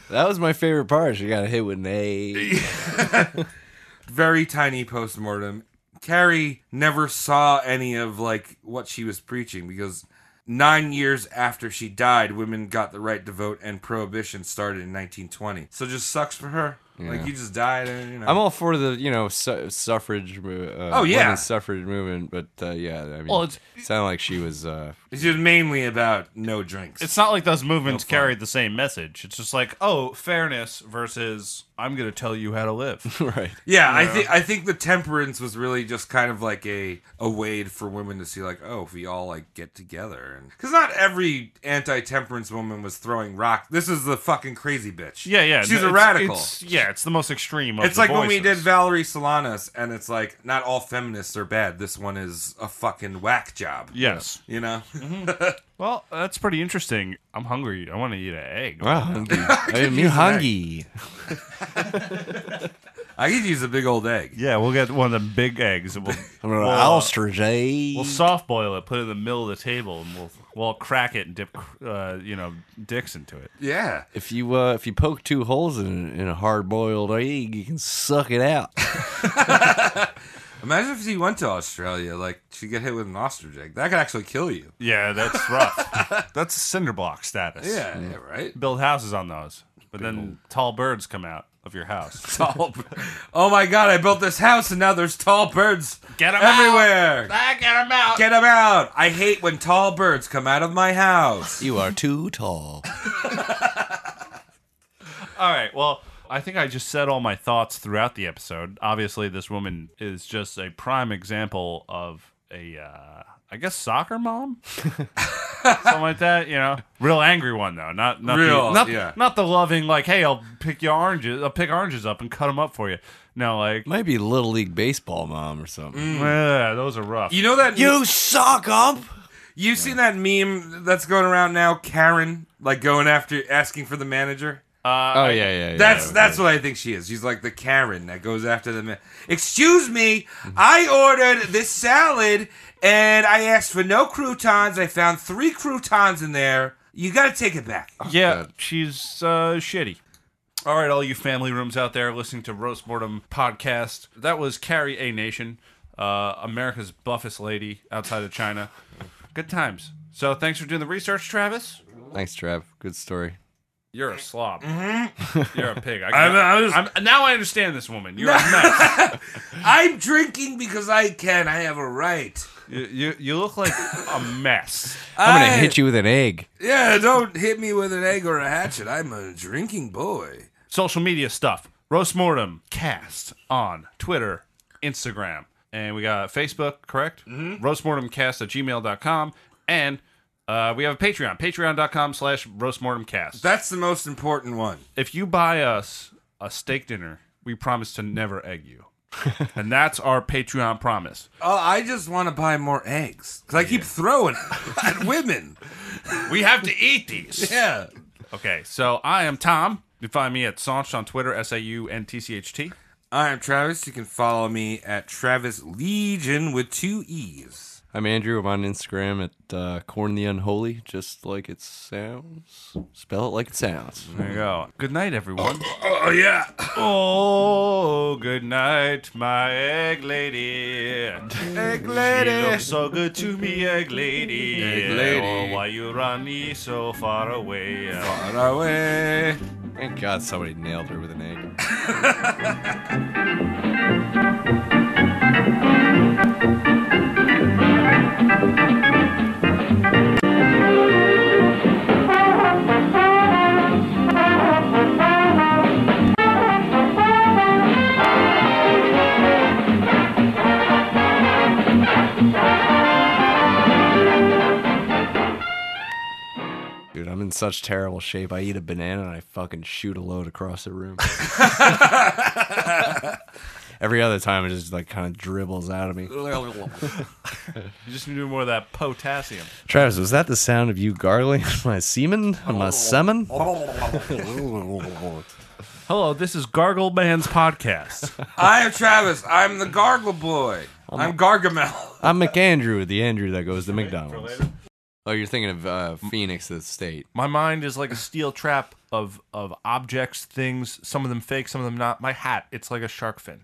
That was my favorite part. She got hit with an egg. very tiny postmortem. Carrie never saw any of like what she was preaching because nine years after she died, women got the right to vote and prohibition started in 1920. So it just sucks for her. Like you just died, and you know. I'm all for the you know su- suffrage. mo- Uh, Oh, yeah. women's suffrage movement. But uh, yeah, I mean, Well, it's- it sounded like she was. Uh, it's just mainly about no drinks. It's not like those movements carried the same message. It's just like, oh, fairness versus I'm gonna tell you how to (laughs) (laughs) live. right. yeah, I think I think the temperance was really just kind of like a a way for women to see like, oh, if we all like get together, and because not every anti-temperance woman was throwing rock. This is the fucking crazy bitch. Yeah, yeah. she's a It's- radical. it's- yeah, it's the most extreme. Of It's the like when we did voices. Valerie Solanas, and it's like not all feminists are bad. This one is a fucking whack job. Yes. You know, Mm-hmm. Well, that's pretty interesting. I'm hungry. I want to eat an egg. Wow, (laughs) hungy. I didn't mean hungy. (laughs) I could use a big old egg. Yeah, we'll get one of them big eggs and we'll I'm an (laughs) Well, uh, ostrich egg. we'll soft boil it, put it in the middle of the table, and we'll we'll all crack it and dip, uh, you know, dicks into it. Yeah, if you uh, if you poke two holes in, in a hard boiled egg, you can suck it out. imagine if she went to Australia, like she'd get hit with an ostrich egg. That could actually kill you. Yeah, that's rough. (laughs) that's cinder block status. Yeah, yeah, (laughs) right. build houses on those, but then tall birds come out of your house. (laughs) Tall. bir- (laughs) Oh my god! I built this house, and now there's tall birds. Get 'em everywhere. Back at them out. Get them out! I hate when tall birds come out of my house. You are too tall. All right. Well, I think I just said all my thoughts throughout the episode. Obviously, this woman is just a prime example of a, uh, I guess, soccer mom, something like that. You know, real angry one though. Not not Real, the, not, yeah. not the loving like, hey, I'll pick your oranges. I'll pick oranges up and cut them up for you. No, like, Might be little league baseball mom or Mm, something. Mm. "Ugh, those are rough. You know that You suck up. you've seen that meme that's going around now. Karen, like going after asking for the manager. Oh yeah, yeah. yeah That's that's what I think she is. She's like the Karen that goes after the man. Excuse me, Mm-hmm. I ordered this salad and I asked for no croutons. I found three croutons in there. You got to take (laughs) it back. Yeah, she's uh, shitty. All right, all you family rooms out there listening to Roast Mortem podcast, that was Carrie A Nation, uh, America's buffest lady outside of China. Good times. So thanks for doing the research, Travis. Thanks, Trav. Good story. You're a slob. You're a pig. I Mm-hmm. (laughs) I'm- now I understand this woman. You're (laughs) a mess. I'm drinking because I can. I have a right. You, you, you look like a mess. I'm gonna hit you with an egg. Yeah, don't hit me with an egg or a hatchet. I'm a drinking boy. Social media stuff. Roast Mortem cast on Twitter, Instagram, And we got Facebook, correct? Mm-hmm. Roastmortemcast at gmail.com. And uh, we have a Patreon, patreon.com slash roastmortemcast. That's the most important one. if you buy us a steak dinner, we promise to never egg (laughs) you. and that's our Patreon promise. Oh, I just want to buy more eggs because I keep throwing (laughs) at women. We have to eat these. Yeah. Okay, so I am Tom. You can find me at Saunch on Twitter, S A U N T C H T. I'm Travis. You can follow me at Travis Legion with two E's. I'm Andrew. I'm on Instagram at uh, Corn the Unholy, just like it sounds. Spell it like it sounds. There you go. Good night, everyone. Oh, yeah. oh, good night, my egg lady. Egg lady. You look so good to me, egg lady. Egg lady. Oh, why you run me so far away? Far away. (laughs) Thank God somebody nailed her with an egg. Dude, I'm in such terrible shape. I eat a banana and I fucking shoot a load across the room. Every other time, it just like kind of dribbles out of me. You just need to do more of that potassium. Travis, was that the sound of you gargling (laughs) my semen? My semen? Hello, this is Gargle Man's podcast. I am Travis. I'm the Gargle Boy. I'm Gargamel. I'm McAndrew, the Andrew that goes to McDonald's. Oh, you're thinking of uh, Phoenix, the state. (laughs) My mind is like a steel trap of of objects, things. Some of them fake, some of them not. My hat, it's like a shark fin.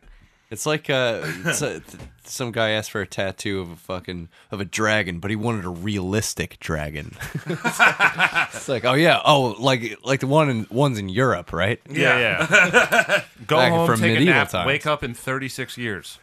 It's like uh, it's a- th- some guy asked for a tattoo of a fucking of a dragon, but he wanted a realistic dragon. (laughs) it's like, oh yeah, oh like like the one in ones in Europe, right? Yeah, yeah. (laughs) Go Back home, from take a medieval nap, times. wake up in 36 years.